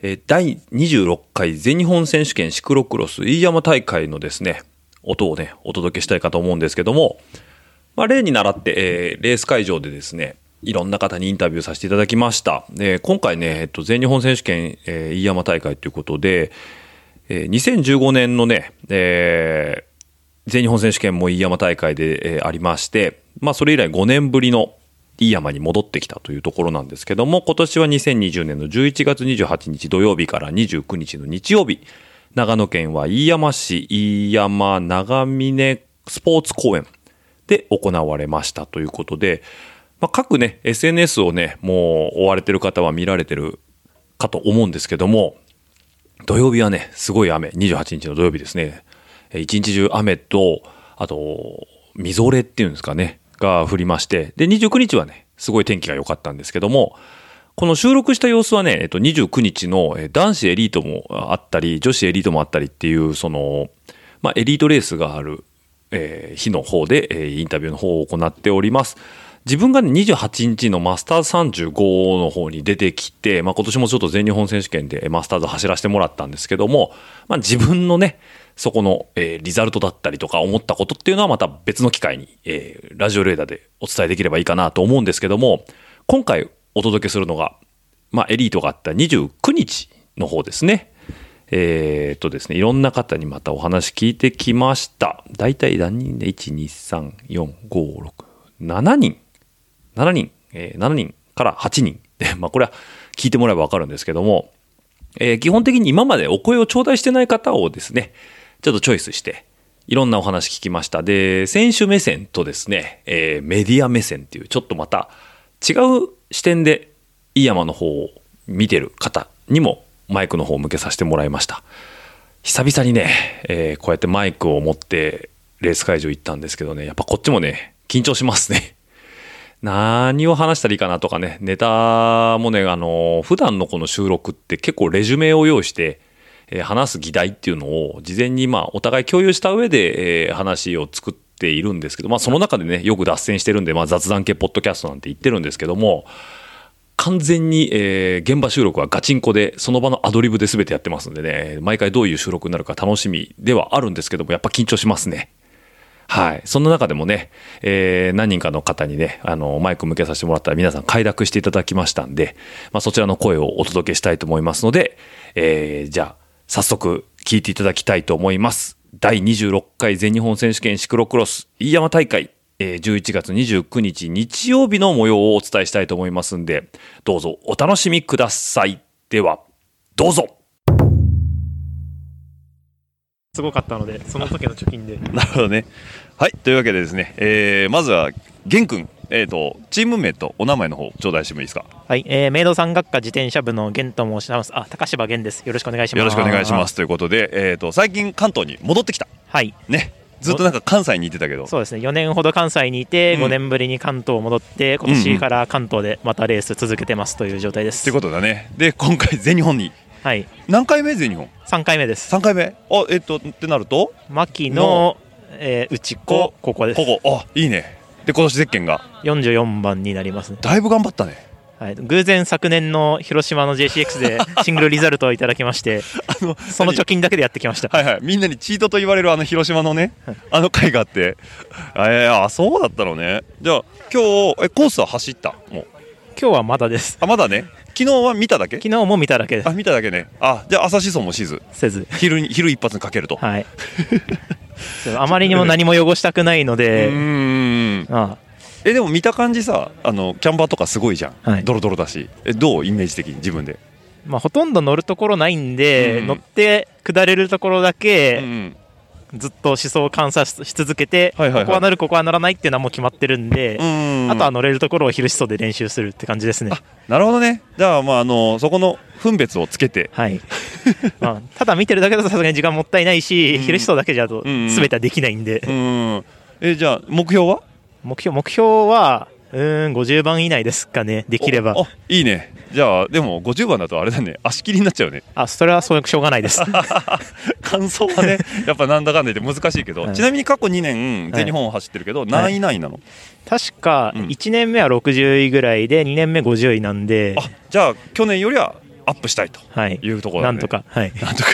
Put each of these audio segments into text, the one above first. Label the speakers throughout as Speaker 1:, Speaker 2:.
Speaker 1: えー第26回全日本選手権シクロクロス飯山大会のですね、音をね、お届けしたいかと思うんですけども、まあ、例に倣って、えーレース会場でですね、いろんな方にインタビューさせていただきました。で今回ね、えっと、全日本選手権、えー飯山大会ということで、えー2015年のね、えー全日本選手権も飯山大会で、えーありまして、まあ、それ以来5年ぶりの飯山に戻ってきたというところなんですけども、今年は2020年の11月28日土曜日から29日の日曜日、長野県は飯山市飯山長峰スポーツ公園で行われましたということで、まあ、各ね、SNS をね、もう追われてる方は見られてるかと思うんですけども、土曜日はね、すごい雨、28日の土曜日ですね、えー一日中雨と、あと、みぞれっていうんですかね、が降りまして、で、29日はね、すごい天気が良かったんですけども、この収録した様子はね、えっと、29日のえー男子エリートもあったり、女子エリートもあったりっていう、その、まあ、エリートレースがある、えー日の方で、えーインタビューの方を行っております。自分がね、28日のマスターズ35の方に出てきて、まあ、今年もちょっと全日本選手権でえーマスターズ走らせてもらったんですけども、まあ、自分のね、そこの、えーリザルトだったりとか思ったことっていうのはまた別の機会に、えーラジオレーダーでお伝えできればいいかなと思うんですけども、今回お届けするのが、まあ、エリートがあった29日の方ですね。えーっとですね、いろんな方にまたお話聞いてきました。だいたい何人で ?1、2、3、4、5、6、7人。7人、えー7人から8人。 で、まあこれは聞いてもらえばわかるんですけども、えー基本的に今までお声を頂戴してない方をですね、ちょっとチョイスして、いろんなお話聞きました。で、選手目線とですね、えーメディア目線っていう、ちょっとまた違う視点で、飯山の方を見てる方にもマイクの方を向けさせてもらいました。久々にね、えーこうやってマイクを持ってレース会場行ったんですけどね、やっぱこっちもね、緊張しますね。何を話したらいいかなとかね、ネタもね、あの、普段のこの収録って結構レジュメを用意して、えー話す議題っていうのを事前にまあお互い共有した上で、えー話を作っているんですけど、まあその中でね、よく脱線してるんで、まあ雑談系ポッドキャストなんて言ってるんですけども、完全に、えー現場収録はガチンコで、その場のアドリブで全てやってますんでね、毎回どういう収録になるか楽しみではあるんですけども、やっぱ緊張しますね。はい。そんな中でもね、えー何人かの方にね、あの、マイク向けさせてもらったら皆さん快諾していただきましたんで、まあそちらの声をお届けしたいと思いますので、えーじゃあ、早速聞いていただきたいと思います。第26回全日本選手権シクロクロス飯山大会、えー11月29日日曜日の模様をお伝えしたいと思いますんで、どうぞお楽しみください。では、どうぞ
Speaker 2: すごかったので、その時の貯金で。
Speaker 3: なるほどね。はい、というわけでですね、えーまずは、玄君、えーと、チーム名とお名前の方、頂戴してもいいですか。
Speaker 2: はい、えー、明道山学科自転車部の源と申します。あ、高柴源です。よろしくお願いします。。
Speaker 3: よろしくお願いしますす。ということで、えーと、最近、関東に戻ってきた。
Speaker 2: はい、
Speaker 3: ね。ずっとなんか関西にいてたけど、
Speaker 2: そうですね。4年ほど関西にいて、
Speaker 3: うん
Speaker 2: 5年ぶりに関東戻って、今年から関東でまたレース続けてますという状態です。
Speaker 3: ってことだね。で、今回、全日本に。
Speaker 2: はい、
Speaker 3: 何回目全日本
Speaker 2: 3回目です。
Speaker 3: 三回目あ、えっ、と、ってなると、
Speaker 2: 牧野、えー、内子、ここです。
Speaker 3: ここ。あ、いいね。で、今年ゼッケンが、
Speaker 2: 44番になりますね。
Speaker 3: だいぶ頑張ったね。
Speaker 2: はい、偶然昨年の広島の JCX でシングルリザルトをいただきまして、その貯金だけでやってきました。
Speaker 3: はいはい、みんなにチートと言われるあの広島のね、あの回があって、えー、あ、そうだったのね。じゃあ、今日、え、コースは走ったもう。
Speaker 2: 今日はまだです。
Speaker 3: あ、まだね。昨日は見ただけ
Speaker 2: 昨日も見ただけで
Speaker 3: あ、見ただけね。あ、じゃあ朝思想もしず。
Speaker 2: せず。
Speaker 3: 昼に、昼一発にかけると。
Speaker 2: はい。そうあまりにも何も汚したくないの
Speaker 3: う
Speaker 2: で、
Speaker 3: ーん。
Speaker 2: あ
Speaker 3: え、でも見た感じさ、あの、キャンバーとかすごいじゃん。
Speaker 2: はい
Speaker 3: ドロドロだし。え、どうイメージ的に自分で。
Speaker 2: まあ、ほとんど乗るところないんで、
Speaker 3: うん
Speaker 2: 乗って下れるところだ
Speaker 3: う
Speaker 2: け
Speaker 3: ん。
Speaker 2: ずっと思想を観察し続けて、
Speaker 3: はいはいはい
Speaker 2: ここはなる、ここはならないっていうのはもう決まってるんで、
Speaker 3: うん
Speaker 2: あとは乗れるところを昼思想で練習するって感じですね。
Speaker 3: なるほどねじゃあまああのそこの分別をつけて
Speaker 2: はいまあ、ただ見てるだけだとさすがに時間もったいないし、昼思想だけじゃと
Speaker 3: うんうん
Speaker 2: 全てはできないんで、
Speaker 3: うんえじゃあ目標は
Speaker 2: 目標目標はうーん50番以内ですかねできれば
Speaker 3: おあいいねじゃあでも50番だとあれだね足切りになっちゃうね
Speaker 2: あそれはそうしょうがないです
Speaker 3: 感想はねやっぱなんだかんだ言って難しいけど、
Speaker 2: はい
Speaker 3: ちなみに過去2年全日本を走ってるけど、何位以内なの、
Speaker 2: 確か
Speaker 3: うん
Speaker 2: 1年目は60位ぐらいで2年目50位なんで、
Speaker 3: あじゃあ去年よりはアップしたいと
Speaker 2: はい、
Speaker 3: いうところ
Speaker 2: な
Speaker 3: だね
Speaker 2: んとかはい、
Speaker 3: なんとか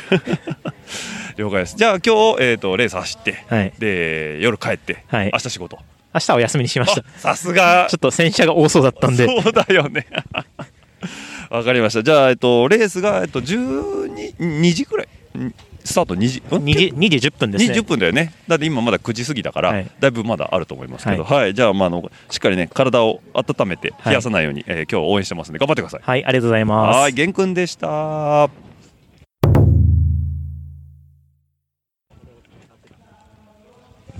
Speaker 3: 了解ですじゃあ今日、えー、とレース走って、
Speaker 2: はい、
Speaker 3: で夜帰って、
Speaker 2: はい
Speaker 3: 明日仕事
Speaker 2: 明日はお休みにしま
Speaker 3: あ
Speaker 2: したち
Speaker 3: さすが
Speaker 2: ょっと洗車が多そうだったんで
Speaker 3: そうだよね わかりましたじゃあ、えっと、レースが、えっと、12 2時くらいんスタート2時ん
Speaker 2: 2時 ,2 時10分ですね
Speaker 3: 20分だよねだって今まだ9時過ぎだから、
Speaker 2: はい
Speaker 3: だいぶまだあると思いますけど、はいじゃあ,、まあ、あのしっかりね体を温めて冷やさないように、えー今日は応援してますんで頑張ってください。
Speaker 2: はいありがとうございます
Speaker 3: はい玄君でした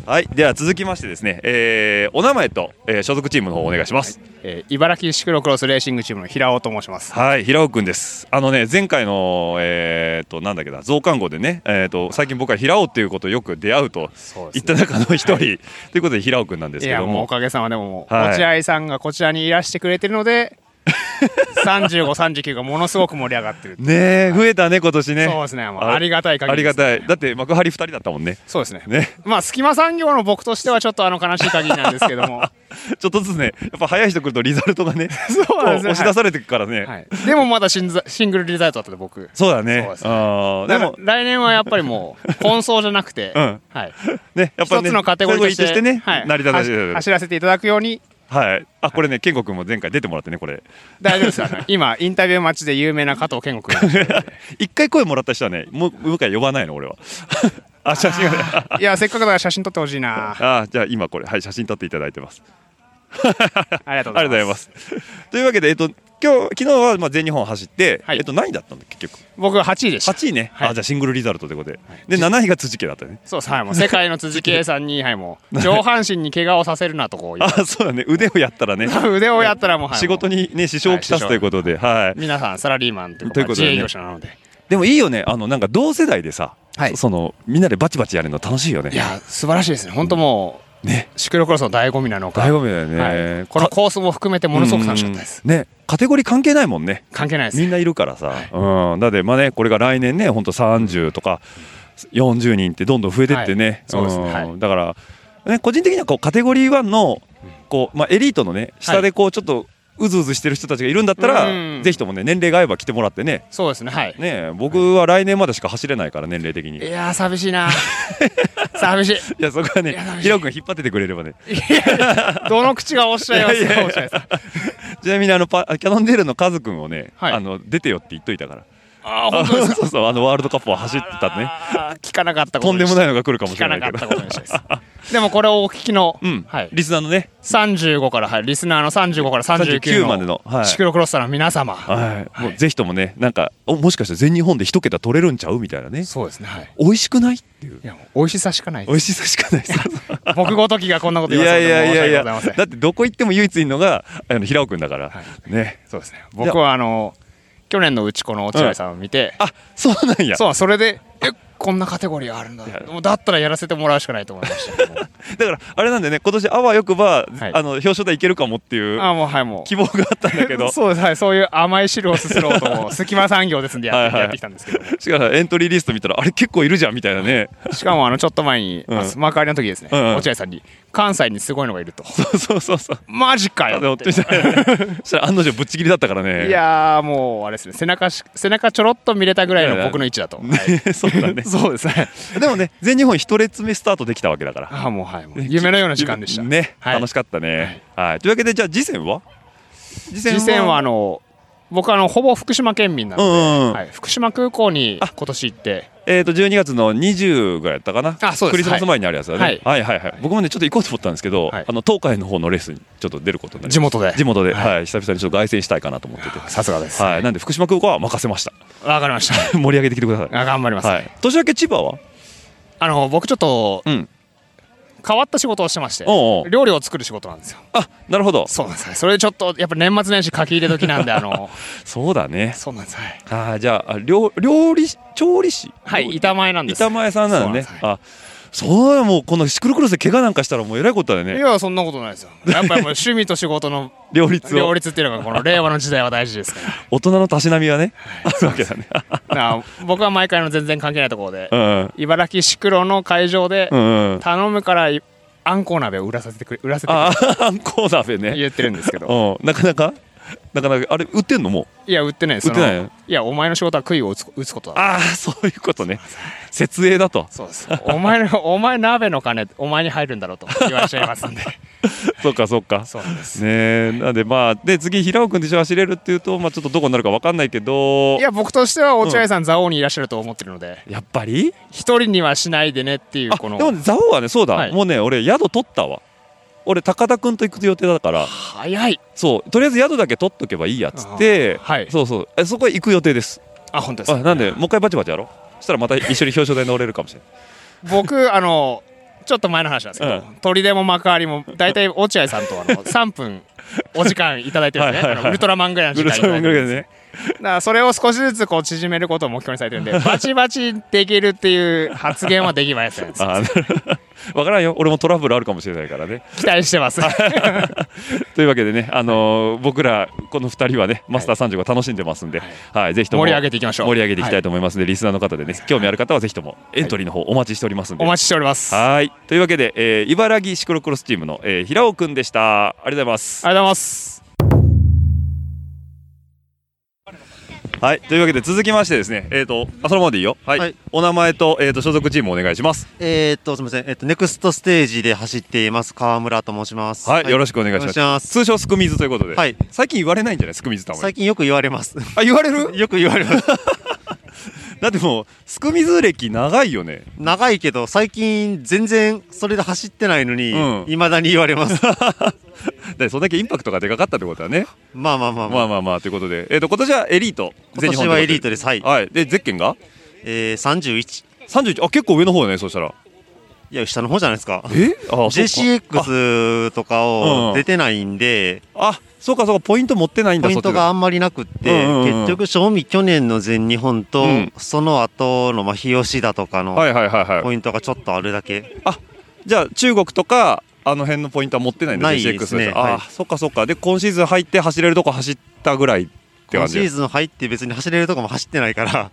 Speaker 3: はいでは続きましてですね、えーお名前と、えー所属チームの方お願いします。
Speaker 4: えー茨城シクロクロスレーシングチームの平尾と申します。
Speaker 3: はい、平尾くんです。あのね、前回の、えっと、なんだっけな、増刊号でね、えっと、最近僕は平尾っていうことをよく出会うと
Speaker 4: そうで
Speaker 3: 言っ
Speaker 4: すね
Speaker 3: た中の一人、ということで平尾くんなんです
Speaker 4: い
Speaker 3: け
Speaker 4: や
Speaker 3: ど
Speaker 4: もうお
Speaker 3: も。
Speaker 4: かげさまでもう、
Speaker 3: はい
Speaker 4: 落合さんがこちらにいらしてくれてるの で35、39がものすごく盛り上がってる。
Speaker 3: ねえ、増えたね、今年ね。
Speaker 4: そうですねもうありがたい限
Speaker 3: あ
Speaker 4: り
Speaker 3: り
Speaker 4: で
Speaker 3: が
Speaker 4: すね
Speaker 3: たい。だって幕張二人だったもんね。
Speaker 4: そうですね
Speaker 3: ね。
Speaker 4: まあ隙間産業の僕としてはちょっとあの悲しい限りなんですけ ども
Speaker 3: ちょっとずつね、やっぱ早い人来るとリザルトがね、
Speaker 4: そうなんですね
Speaker 3: こ押し出されてくからね。
Speaker 4: はい、でもまだシンザシングルリザルトだったんで僕
Speaker 3: そうだね。
Speaker 4: そうですね
Speaker 3: あーで
Speaker 4: でも
Speaker 3: も、
Speaker 4: 来年はやっぱりもう混走じゃなくて、
Speaker 3: うん
Speaker 4: はい、
Speaker 3: ね、やっぱ
Speaker 4: 一
Speaker 3: ね、
Speaker 4: つのカテゴリーとして
Speaker 3: ね、
Speaker 4: はい
Speaker 3: 成り立たせて
Speaker 4: 走走らせていただくように
Speaker 3: はい。あ、これね、健吾君も前回出てもらってね、これ。
Speaker 4: 大丈夫ですよ、 ね、今インタビュー待ちで有名な加藤健吾君なんで
Speaker 3: 一回声もらった人はね、もう、向井呼ばないの、俺は。あ、写真がね。
Speaker 4: いやせっかくだから写真撮ってほしい な
Speaker 3: あ、じゃあ今これ、はい、写真撮っていただいてます。
Speaker 4: ありがとう
Speaker 3: あ
Speaker 4: ござ
Speaker 3: りが
Speaker 4: いう
Speaker 3: とござい
Speaker 4: ま。
Speaker 3: ますす。というわけで、えっと、今日、昨日はまあ全日本走って、
Speaker 4: はい
Speaker 3: えっと、何位だったんだっけ、結局。
Speaker 4: 僕8位でした。
Speaker 3: 8位ね。
Speaker 4: はい
Speaker 3: あ、じゃあシングルリザルトということで。で、7位が辻家だったね。
Speaker 4: そうですはい、もう世界の辻圭さんに、はい、もう上半身に怪我をさせるなと こう言
Speaker 3: あ、そうだね。腕をやったらね、
Speaker 4: う腕をやったらもう、はい、
Speaker 3: 仕事
Speaker 4: に
Speaker 3: にね、支障をきたすということで、はい。
Speaker 4: 皆さんサラリーマンという
Speaker 3: と
Speaker 4: か
Speaker 3: いうことで
Speaker 4: 自
Speaker 3: ね
Speaker 4: 営業者なので。
Speaker 3: でもいいよね、あの、なんか同世代でさ、
Speaker 4: はい
Speaker 3: その、みんなでバチバチやるの楽しいよね。
Speaker 4: いや素晴らしいですね。本当もう、
Speaker 3: ね
Speaker 4: シクロクロスの醍醐味なのか。
Speaker 3: 醍醐味だよね
Speaker 4: はいこのコースも含めてものすごく楽しかったです。
Speaker 3: うんね、カテゴリー関係ないもんね。
Speaker 4: 関係ないです。
Speaker 3: みんないるからさ、うん、だってまあねこれが来年ね本当30とか40人ってどんどん増えてってね、
Speaker 4: はいそうですね
Speaker 3: ん
Speaker 4: はい
Speaker 3: だから、ね、個人的にはこうカテゴリー1のこう、まあ、エリートのね下でこうちょっとうずうずしてる人たちがいるんだったら、
Speaker 4: うん
Speaker 3: ぜひともね年齢が合えば来てもらってね
Speaker 4: そうですね。はい。
Speaker 3: ね僕は来年までしか走れないから年齢的に。
Speaker 4: いやー寂しいな。寂しい。
Speaker 3: いやそこはね
Speaker 4: いや楽しい
Speaker 3: ヒロ君引っ張っててくれればね
Speaker 4: いやいやどの口がおっしゃいますか。おっしゃいます。
Speaker 3: ちなみにあのパキャノンデールのカズ君をね、
Speaker 4: はい
Speaker 3: あの出てよって言っといたから
Speaker 4: あー本当ですか。
Speaker 3: そうそうあのワールドカップを走ってたね
Speaker 4: あー聞かなかったこと
Speaker 3: とんでもないのが来るかも
Speaker 4: 聞
Speaker 3: しれ
Speaker 4: か
Speaker 3: な
Speaker 4: ないかっ
Speaker 3: けど
Speaker 4: たことにしたい です。でもこれをお聞きの、
Speaker 3: うん、
Speaker 4: はい、
Speaker 3: リスナーのね、
Speaker 4: 35から、はい、リスナーの35から39
Speaker 3: 39までのはい
Speaker 4: シクロクロスターの皆様、
Speaker 3: はい、もうぜひともね、なんか、おもしかしたら全日本で一桁取れるんちゃうみたいなね。
Speaker 4: そうですね、はい、
Speaker 3: 美味しくないっていう。
Speaker 4: いやもう美味しさしかない
Speaker 3: 美味しさしか ないです。
Speaker 4: 僕ごときがこんなこと
Speaker 3: い
Speaker 4: 言わ
Speaker 3: や
Speaker 4: せ
Speaker 3: い
Speaker 4: て
Speaker 3: やい
Speaker 4: 申し
Speaker 3: や
Speaker 4: 訳
Speaker 3: い
Speaker 4: ご
Speaker 3: や、
Speaker 4: ざいません
Speaker 3: だってどこ行っても唯一いるのが、あの平尾くんだから、ね。
Speaker 4: そうですね僕はあの去年のうちこの落合さんを見て、
Speaker 3: あ、そうなんや。
Speaker 4: そうそれでえこんなカテゴリーあるんだ
Speaker 3: や
Speaker 4: もうだったらやらせてもらうしかないと思いま したもう
Speaker 3: だから、あれなんでね、今年あわよく
Speaker 4: は
Speaker 3: ば、
Speaker 4: い
Speaker 3: あの表彰台いけるかもっていう
Speaker 4: あもうはい もう。
Speaker 3: 希望があったんだけ ど
Speaker 4: そうですはいそういう甘い汁をすすろうともう 隙間産業ですんでやって,、
Speaker 3: はいはい
Speaker 4: やってきたんですけども
Speaker 3: しかもエントリーリスト見たら、あれ結構いるじゃんみたい なね。
Speaker 4: しかもあのちょっと前に、
Speaker 3: うん
Speaker 4: あ幕張の時ですね、
Speaker 3: うんうん
Speaker 4: 落合さんに関西にすごいのがいると
Speaker 3: そうそうそうそう。
Speaker 4: マジか
Speaker 3: あ
Speaker 4: よ
Speaker 3: の、
Speaker 4: っ
Speaker 3: と
Speaker 4: て
Speaker 3: したら案の定ぶっちぎりだったからね。
Speaker 4: いやーもうあれですね背中し背中ちょろっと見れたぐらいの僕の位置だと、はい
Speaker 3: ね。 そう だね。
Speaker 4: そうですね
Speaker 3: でもね、全日本一列目スタートできたわけだから。
Speaker 4: ああもう はいもう夢のような時間でした
Speaker 3: ね、
Speaker 4: はい、
Speaker 3: 楽しかったね。はい、というわけで、じゃあ、次戦は。次
Speaker 4: 次戦はあの僕はあのほぼ福島県民なの
Speaker 3: う
Speaker 4: で、
Speaker 3: んうん、
Speaker 4: はい、福島空港に今年行って
Speaker 3: えっ、と、12月の20ぐらいだったかな。
Speaker 4: あそうです
Speaker 3: クリスマス前にあるやつだね。は
Speaker 4: はいい、
Speaker 3: はい、はいはい僕もね、ちょっと行こうと思ったんですけど、
Speaker 4: はい
Speaker 3: あの、東海の方のレースに、ちょっと出ることになり
Speaker 4: 地
Speaker 3: まし
Speaker 4: 元で
Speaker 3: た。地元で、
Speaker 4: は
Speaker 3: はい、久々にちょっと凱旋したいかなと思ってて。
Speaker 4: さすがですわ、
Speaker 3: はい、なんで、福島空港は任せました。
Speaker 4: かりました
Speaker 3: 盛り上げてきてください。
Speaker 4: あ頑張ります、
Speaker 3: はい、年明け千葉は。
Speaker 4: あの僕ちょっと
Speaker 3: うん
Speaker 4: 変わった仕事をしてまして
Speaker 3: おうおう
Speaker 4: 料理を作る仕事なんですよ
Speaker 3: あなるほど
Speaker 4: そうなんですはいそれでちょっとやっぱ年末年始書き入れ時なんであの
Speaker 3: そうだね
Speaker 4: そうなんですはい
Speaker 3: あーじゃああ料料理調理師
Speaker 4: はい板前なんです
Speaker 3: 板前さんなんだね
Speaker 4: そう
Speaker 3: あそうだもうこのシクロクロスで怪我なんかしたらもうえらいことだよ
Speaker 4: い
Speaker 3: ね
Speaker 4: やそんなことないですよやっぱりもう趣味と仕事の
Speaker 3: 両立
Speaker 4: 両
Speaker 3: を
Speaker 4: 立っていうのがこの令和の時代は大事ですから
Speaker 3: 大人のたしなみはねあるわけだね
Speaker 4: だから僕は毎回の全然関係ないところで
Speaker 3: うん
Speaker 4: 茨城シクロの会場で
Speaker 3: うんうん
Speaker 4: 頼むからいあんこう鍋を売らせてくれ売らせてくれ
Speaker 3: ああんこう鍋
Speaker 4: って
Speaker 3: ね
Speaker 4: 言ってるんですけど
Speaker 3: うんなかなかなかなかあれ売ってんのもう
Speaker 4: いや売ってないです
Speaker 3: 売ってない
Speaker 4: そのいやお前の仕事は杭を打つ打つことだ
Speaker 3: ああそういうことね設営だと
Speaker 4: そうですお前のお前鍋の金お前に入るんだろうと言われちゃいますん で
Speaker 3: そうかそうか
Speaker 4: そうなんです
Speaker 3: ねえなんでまあで次平尾君で一緒に走れるっていうとまあちょっとどこになるかわかんないけど
Speaker 4: いや僕としては落合さん蔵王にいらっしゃると思ってるので
Speaker 3: やっぱり
Speaker 4: 一人にはしないでねっていう
Speaker 3: あ
Speaker 4: こ
Speaker 3: で
Speaker 4: の
Speaker 3: もね蔵王はねそうだ、
Speaker 4: はい
Speaker 3: もうね俺宿取ったわ俺高田君と行く予定だから
Speaker 4: 早い
Speaker 3: そうとりあえず宿だけ取っとけばいいやっつって、
Speaker 4: あーはい
Speaker 3: そうそうえそこへ行く予定です
Speaker 4: あ本当です
Speaker 3: あ
Speaker 4: か
Speaker 3: なんでもう一回バチバチやろうそしたらまた一緒に表彰台乗れるかも しれない
Speaker 4: 僕あのちょっと前の話なんですけど、
Speaker 3: う
Speaker 4: 鳥でも幕張も大体落合さんとあ の3分お時間いただいてるんですね
Speaker 3: はいはいはい
Speaker 4: あのウルトラマンぐらいの時
Speaker 3: ぐる
Speaker 4: 間い
Speaker 3: さ
Speaker 4: ただ
Speaker 3: いも
Speaker 4: い
Speaker 3: ん
Speaker 4: て
Speaker 3: ぐ
Speaker 4: る
Speaker 3: ら
Speaker 4: んで
Speaker 3: い
Speaker 4: す
Speaker 3: でね
Speaker 4: だからそれを少しずつこう縮めることを目標にされてるん でバチバチできるっていう発言はできませんです
Speaker 3: あ 分からんよ俺もトラブルあるかもしれないからね
Speaker 4: 期待してます
Speaker 3: というわけでね、あのー僕らこの2人はねマスター35楽しんでますんで、はいぜひとも
Speaker 4: 盛り上げていきましょう
Speaker 3: 盛り上げていきたいと思いますので、リスナーの方でね興味ある方はぜひともエントリーの方お待ちしておりますんで、
Speaker 4: お待ちしておりますあ
Speaker 3: はいというわけで、えー茨城シクロクロスチームの、えー平尾くんでしたありがとうございます
Speaker 4: りがとうございます
Speaker 3: はいというわけで続きましてですねえっ、とあそのままでいいよはい、
Speaker 5: はい
Speaker 3: お名前と,、えー、と所属チームお願いします
Speaker 5: えー、っと、すみません。えっと、ネクストステージで走っています、川村と申します。
Speaker 3: はい、よろしくお願いします
Speaker 5: お願いします
Speaker 3: 通称スクミズということで、
Speaker 5: はい
Speaker 3: 最近言われないんじゃないスクミズたま
Speaker 5: 最近よく言われます。
Speaker 3: あ言われる
Speaker 5: よく言われます。
Speaker 3: だってもうスクミズ歴長いよね
Speaker 5: 長いけど、最近全然それで走ってないのに、
Speaker 3: うん
Speaker 5: 未だに言わ れます。
Speaker 3: だってそれだけインパクトがでかかったってことだね
Speaker 5: まあまあまあまあ。
Speaker 3: まあまあまあということで、えっ、と今年はエリート。
Speaker 5: 今年はエリートです。は
Speaker 3: 全日。本
Speaker 5: い
Speaker 3: ということではい。でゼッケンが
Speaker 5: えー、31。
Speaker 3: 三十一。あ結構上の方ね。そうしたら。
Speaker 5: いや、下の方じゃないですか。
Speaker 3: え？あそうか。
Speaker 5: JCX とか
Speaker 3: うんうん
Speaker 5: を出てないんで、
Speaker 3: あそうかそうかポイント持ってないんだ。
Speaker 5: ポイントがあんまりなくって、
Speaker 3: うんうんうん
Speaker 5: 結局、賞味去年の全日本と、
Speaker 3: うん
Speaker 5: その後の、まあ、日吉だとかの、
Speaker 3: そっちで。はいはいはいは
Speaker 5: ポ
Speaker 3: い。
Speaker 5: イントがちょっとあるだけ。
Speaker 3: じゃあ中国とかあの辺のポイントは持ってないんだ。
Speaker 5: ない
Speaker 3: JCX
Speaker 5: ですね
Speaker 3: あ、
Speaker 5: はい
Speaker 3: そっかそっか。で今シーズン入って走れるとこ走ったぐらいって感
Speaker 5: 今
Speaker 3: じ
Speaker 5: シ
Speaker 3: だ。
Speaker 5: ーズン入って別に走れるとこも走ってないから、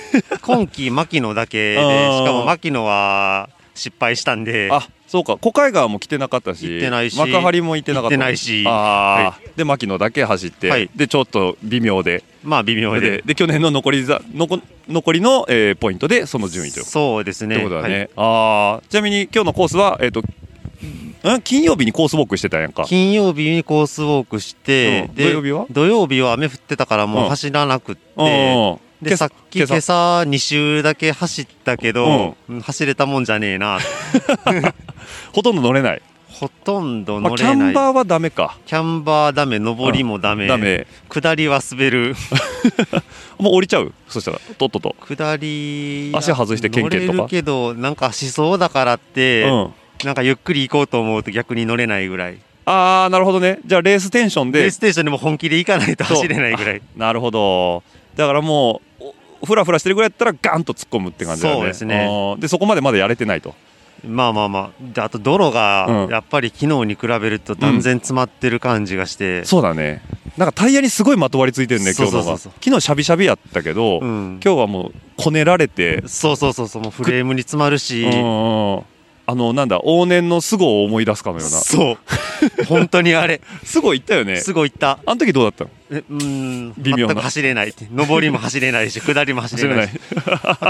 Speaker 5: 今季牧野だけで、
Speaker 3: あー
Speaker 5: しかも牧野は失敗したんで、
Speaker 3: あそうか小海川も来てなかったし
Speaker 5: 行ってないし
Speaker 3: 幕張も行ってなかった
Speaker 5: 行ってないし
Speaker 3: あー、で牧野だけ走って、
Speaker 5: はい
Speaker 3: でちょっと微妙で
Speaker 5: まあ微妙
Speaker 3: で
Speaker 5: で。
Speaker 3: で去年の残りざ残残りの、えーポイントでその順位という
Speaker 5: そうですね。
Speaker 3: ってことだ
Speaker 5: はい
Speaker 3: ね。ああ、ちなみに今日のコースはえっ、と、ん金曜日にコースウォークしてたやんか。
Speaker 5: 金曜日にコースウォークして、
Speaker 3: うん
Speaker 5: で
Speaker 3: 土曜日は
Speaker 5: 土曜日は雨降ってたからも
Speaker 3: うん
Speaker 5: う走らなくって、
Speaker 3: うんうんうん
Speaker 5: でさっき今朝2周だけ走ったけど、うん走れたもんじゃねえな
Speaker 3: ほとんど乗れない。
Speaker 5: ほとんど
Speaker 3: まあ
Speaker 5: 乗
Speaker 3: キャ
Speaker 5: れな
Speaker 3: ン
Speaker 5: い、キャ
Speaker 3: バーはダメか。
Speaker 5: ンバーダメ上りもダメ,、
Speaker 3: ダメ。
Speaker 5: 下りは滑る
Speaker 3: もう降りちゃう。そしたらとっとと。
Speaker 5: 下り
Speaker 3: 足外してケンケンとか
Speaker 5: 乗れるけどなんかしそうだからっ
Speaker 3: う
Speaker 5: て、
Speaker 3: ん。
Speaker 5: なんかゆっくり行こうと思うと逆に乗れないぐらい
Speaker 3: ああ、なるほどね。じゃあレーステンション
Speaker 5: レ
Speaker 3: で
Speaker 5: ース。テーションにも本気で行かないと
Speaker 3: そう
Speaker 5: 走れないぐらい
Speaker 3: なるほど。だからもう。おフラフラしてるぐらいだったらガンと突っ込むって感じだよね。
Speaker 5: そうですね
Speaker 3: あーでそこまでまだやれてないと。
Speaker 5: まあまあまあであと泥
Speaker 3: う
Speaker 5: が
Speaker 3: ん
Speaker 5: やっぱり昨日に比べると断然詰まってる感じがして、
Speaker 3: そうだね。なんかタイヤにすごいまとわりついてるね今日の
Speaker 5: そうそう
Speaker 3: が。
Speaker 5: そうそう
Speaker 3: 昨日シャビシャビやったけど、
Speaker 5: うん
Speaker 3: 今日はもうこねられて
Speaker 5: そうそうそうそうもうフレームに詰まるし、
Speaker 3: うんうんあのなんだ往年のスゴを思い出すかのような
Speaker 5: そう 本当にあれ
Speaker 3: スゴ行ったよね
Speaker 5: すごい行った
Speaker 3: あの時どうだったの
Speaker 5: えうーん
Speaker 3: 微妙な
Speaker 5: 全く走れないって上りも走れ ないし下りも走
Speaker 3: 知
Speaker 5: れ
Speaker 3: ら
Speaker 5: な
Speaker 3: ないい
Speaker 5: し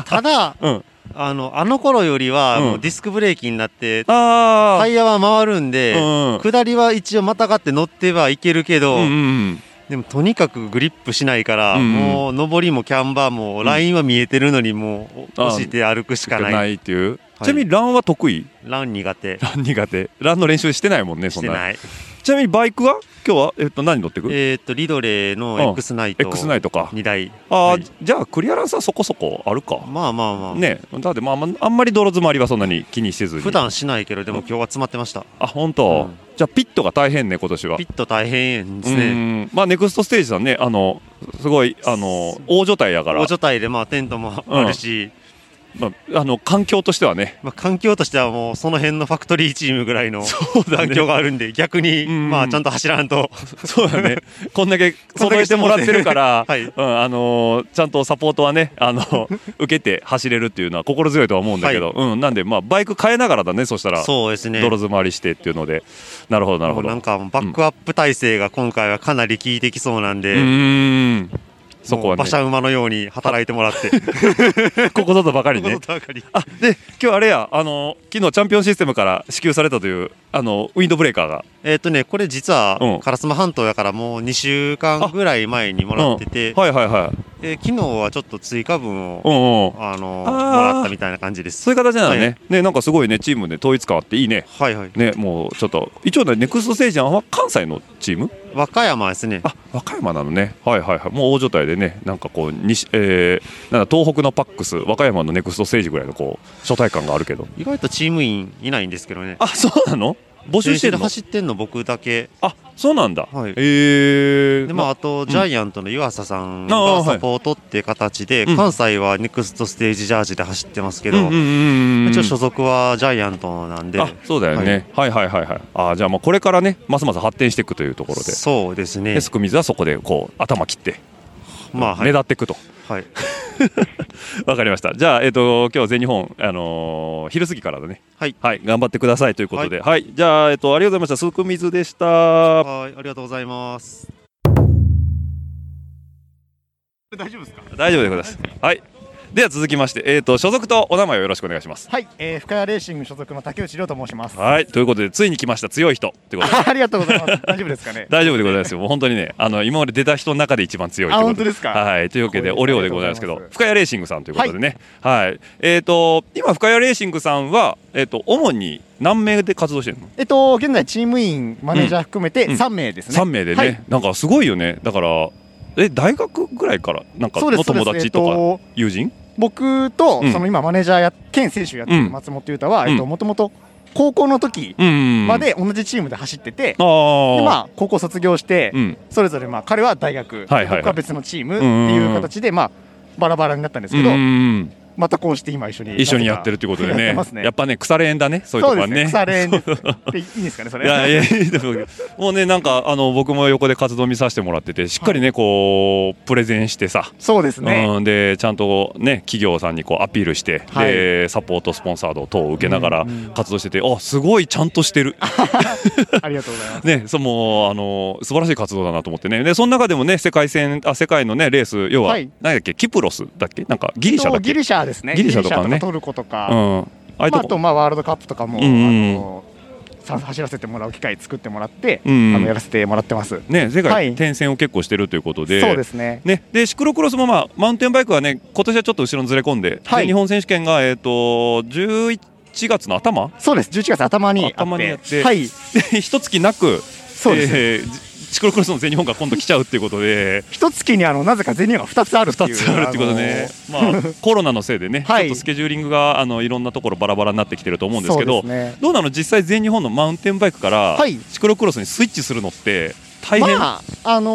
Speaker 5: ただ
Speaker 3: うん
Speaker 5: あのあの頃よりは
Speaker 3: うん
Speaker 5: もうディスクブレーキになって、
Speaker 3: あ
Speaker 5: タ
Speaker 3: あ
Speaker 5: イヤは回るんで、
Speaker 3: うんうん
Speaker 5: 下りは一応またがって乗ってはいけるけど、
Speaker 3: うんうん
Speaker 5: でもとにかくグリップしないから、
Speaker 3: うんうん
Speaker 5: もう上りもキャンバーもラインは見えてるのにもう
Speaker 3: あー
Speaker 5: 押して歩くし
Speaker 3: しか
Speaker 5: かない。
Speaker 3: ないっていう
Speaker 5: はい
Speaker 3: ちなみにランは得意
Speaker 5: ラン苦手
Speaker 3: ラン苦手ランの練習してないもんねそん
Speaker 5: して
Speaker 3: な
Speaker 5: ない
Speaker 3: ちなみにバイクは今日は、えっと、何乗ってく、
Speaker 5: えーっとリドレー
Speaker 3: うん
Speaker 5: の X ナイト
Speaker 3: X ナイトか
Speaker 5: 2台
Speaker 3: あー、
Speaker 5: はい
Speaker 3: じゃあクリアランスはそこそこあるか、
Speaker 5: まあまあまあ
Speaker 3: ねだって、まあ、あんまあんまり泥詰まりはそんなに気にせずに
Speaker 5: 普段しないけどでも今日は詰まってました
Speaker 3: あ本当、
Speaker 5: うん
Speaker 3: じゃあピットが大変ね今年は
Speaker 5: ピット大変です
Speaker 3: う
Speaker 5: ね
Speaker 3: んまあネクストステージさんねあのすごいあの大所帯やから
Speaker 5: 大所帯でまあテントも
Speaker 3: うん
Speaker 5: あるし、
Speaker 3: まあ、あの環境としてはね
Speaker 5: まあ、環境としてはもうその辺のファクトリーチームぐらいの環境があるんで逆に
Speaker 3: うん
Speaker 5: まあちゃんと走らんと
Speaker 3: そうだねこんだけ
Speaker 5: こん
Speaker 3: 備
Speaker 5: だ
Speaker 3: え
Speaker 5: け
Speaker 3: てもらってるから、
Speaker 5: はい
Speaker 3: うんあのーちゃんとサポートはねあの 受けて走れるっていうのは心強いとは思うんだけど、うん、なんで、まあ、バイク変えながらだねそしたら
Speaker 5: そうですね
Speaker 3: 泥詰まりしてっていうのでなるほどなる
Speaker 5: も
Speaker 3: ほ
Speaker 5: う
Speaker 3: ど
Speaker 5: なんかもうバックアップ体制が今回はかなり効いてきそうなん
Speaker 3: う
Speaker 5: で、
Speaker 3: ーんそこ
Speaker 5: もう
Speaker 3: はね
Speaker 5: 馬車馬のように働いてもらって
Speaker 3: ここぞとばかり ね
Speaker 5: ことばかり
Speaker 3: あで今日あれやあの昨日チャンピオンシステムから支給されたというあのウィンドブレーカーが
Speaker 5: えっとねこれ実
Speaker 3: うん
Speaker 5: は烏丸半島だからもう2週間ぐらい前にもらってて、
Speaker 3: うんはいはいはい
Speaker 5: で昨日はちょっと追加分を、
Speaker 3: うんうん
Speaker 5: あの
Speaker 3: あー
Speaker 5: もらったみたいな感じです
Speaker 3: そういう形なのね、
Speaker 5: はい
Speaker 3: ねなんかすごいねチームで統一感あっていいね
Speaker 5: はいはい
Speaker 3: ねもうちょっと一応ねネクストステージは関西のチーム
Speaker 5: 和歌山ですね
Speaker 3: あ和歌山なのねはいはいはいもう大所帯でねなんかこう西、えーなんだ東北のパックス和歌山のネクストステージぐらいのこう初体感があるけど
Speaker 5: 意外とチーム員いないんですけどね
Speaker 3: あそうなの募集して
Speaker 5: 練習で
Speaker 3: るの
Speaker 5: 走ってんの僕だけ
Speaker 3: あそうなんだ、
Speaker 5: はい
Speaker 3: えー、
Speaker 5: でまあ、
Speaker 3: な
Speaker 5: あとジャイアントの湯浅さん
Speaker 3: ああ
Speaker 5: が
Speaker 3: はい
Speaker 5: サポートっていう形で、
Speaker 3: うん
Speaker 5: 関西はネクストステージジャージで走ってますけ
Speaker 3: う
Speaker 5: ど、
Speaker 3: んうんうんうんうん
Speaker 5: 一応所属はジャイアントなんで
Speaker 3: あそうだよね、はい、はいはいはいあじゃあまあこれからねますます発展していくというところで、
Speaker 5: そうですね
Speaker 3: エスクミズはそこでこう頭切って
Speaker 5: まあは
Speaker 3: 目
Speaker 5: い、
Speaker 3: 立っていくと
Speaker 5: はい、
Speaker 3: わかりました。じゃあ、えっ、と、今日は全日本、あのー昼過ぎからだね。
Speaker 5: はい
Speaker 3: 頑張ってくださいということで。はい。じゃあ、えっ、と、ありがとうございました。すくみずでした。
Speaker 5: はいありがとうございます
Speaker 3: 大丈夫でございます。はい。では続きまして、えっ、と、所属とお名前をよろしくお願いします。
Speaker 6: はい、えー、深谷レーシング所属の竹内涼と申します。
Speaker 3: はい。ということで、ついに来ました。強い人。ってことで。
Speaker 6: ありがとうございます。大丈夫ですかね。
Speaker 3: 大丈夫でございますよ。もう本当にね、あの、今まで出た人の中で一番強い
Speaker 6: あ、
Speaker 3: という
Speaker 6: 本
Speaker 3: こと
Speaker 6: 当
Speaker 3: で。
Speaker 6: ですか。
Speaker 3: はい。というわけで、
Speaker 6: 光栄
Speaker 3: お量でございますけ
Speaker 6: あり
Speaker 3: ど
Speaker 6: がとう、ご
Speaker 3: 深谷レーシングさんということでね。はい。えっ、と、今、深谷レーシングさんは、えっ、と、主に何名で活動してるの
Speaker 6: えっと、現在チーム員、マネージャー含めて
Speaker 3: うん
Speaker 6: 3名ですね。
Speaker 3: 3名でね、
Speaker 6: はい
Speaker 3: なんかすごいよねだからえ大学ぐらいからなんか
Speaker 6: そうで
Speaker 3: の
Speaker 6: す。そうで
Speaker 3: 友
Speaker 6: す
Speaker 3: 達
Speaker 6: えっ
Speaker 3: とか
Speaker 6: と
Speaker 3: 友人
Speaker 6: 僕と、
Speaker 3: うん
Speaker 6: その今マネージャーや、兼選手やって
Speaker 3: う
Speaker 6: る
Speaker 3: ん
Speaker 6: 松本裕太は、
Speaker 3: うん
Speaker 6: えっと、もともと高校の時
Speaker 3: うん
Speaker 6: まで同じチームで走ってて。
Speaker 3: あー
Speaker 6: でまあ、高校卒業して、
Speaker 3: うん
Speaker 6: それぞれ、まあ、彼は大学、
Speaker 3: はいはいはい
Speaker 6: 僕は別のチームっていう形で、まあ、バラバラになったんです
Speaker 3: う
Speaker 6: け
Speaker 3: ん
Speaker 6: ど、
Speaker 3: うん
Speaker 6: またこうして今一緒に
Speaker 3: 一緒にやってるってことで
Speaker 6: や
Speaker 3: ね
Speaker 6: ってますね
Speaker 3: やっぱね腐れ縁だねそういうと
Speaker 6: そう
Speaker 3: こ
Speaker 6: で
Speaker 3: は
Speaker 6: すね
Speaker 3: ね
Speaker 6: 腐れ縁ですでいいんですかねそれ
Speaker 3: いやいやいやでももうねなんかあの僕も横で活動見させてもらっててしっかりね、こうプレゼンしてさ、
Speaker 6: そうですね、
Speaker 3: うん、でちゃんとね企業さんにこうアピールして、
Speaker 6: はい
Speaker 3: でサポートスポンサード等を受けながら活動してて、あすごいちゃんとしてる
Speaker 6: ありがとうございます。
Speaker 3: ね、そのあの素晴らしい活動だなと思ってね、でその中でもね、世界戦あ世界の、ね、レース、要は、
Speaker 6: はい
Speaker 3: なんだっけ、キプロスだっけ、なんかギリシャだっけ、
Speaker 6: ギリシャですね。
Speaker 3: ギリシャとかね
Speaker 6: ギリトルコと
Speaker 3: う
Speaker 6: か、
Speaker 3: ん、ああ
Speaker 6: ま
Speaker 3: いう
Speaker 6: あ、
Speaker 3: と
Speaker 6: あと
Speaker 3: こ、
Speaker 6: まあワールドカップとかも、
Speaker 3: うんうん
Speaker 6: あのさ走らせてもらう機会作ってもらって、
Speaker 3: うん
Speaker 6: あのやらせてもらってます。
Speaker 3: ね、世
Speaker 6: は
Speaker 3: 界
Speaker 6: い
Speaker 3: 転戦を結構してるということで。
Speaker 6: そうですね。
Speaker 3: ね、でシクロクロスも、まあ、マウンテンバイクはね今年はちょっと後ろにずれ込んで、
Speaker 6: はい
Speaker 3: で日本選手権が、えー、と11月の頭
Speaker 6: そうです。11月頭にあって、
Speaker 3: 頭にやって
Speaker 6: はい、
Speaker 3: で一月なく
Speaker 6: そうです、ね。
Speaker 3: えーシクロクロスの全日本が今度来ちゃうっていうことで
Speaker 6: 一月にあのなぜか全日本が二つあるっていう。
Speaker 3: 2つあるってことね、まあ、コロナのせいでね、
Speaker 6: はい
Speaker 3: ちょっとスケジューリングがあのいろんなところバラバラになってきてると
Speaker 6: あの
Speaker 3: 思うんですけど
Speaker 6: そうですね。
Speaker 3: どうなの実際全日本のマウンテンバイクから
Speaker 6: はい
Speaker 3: シクロクロスにスイッチするのって大変、
Speaker 6: まああの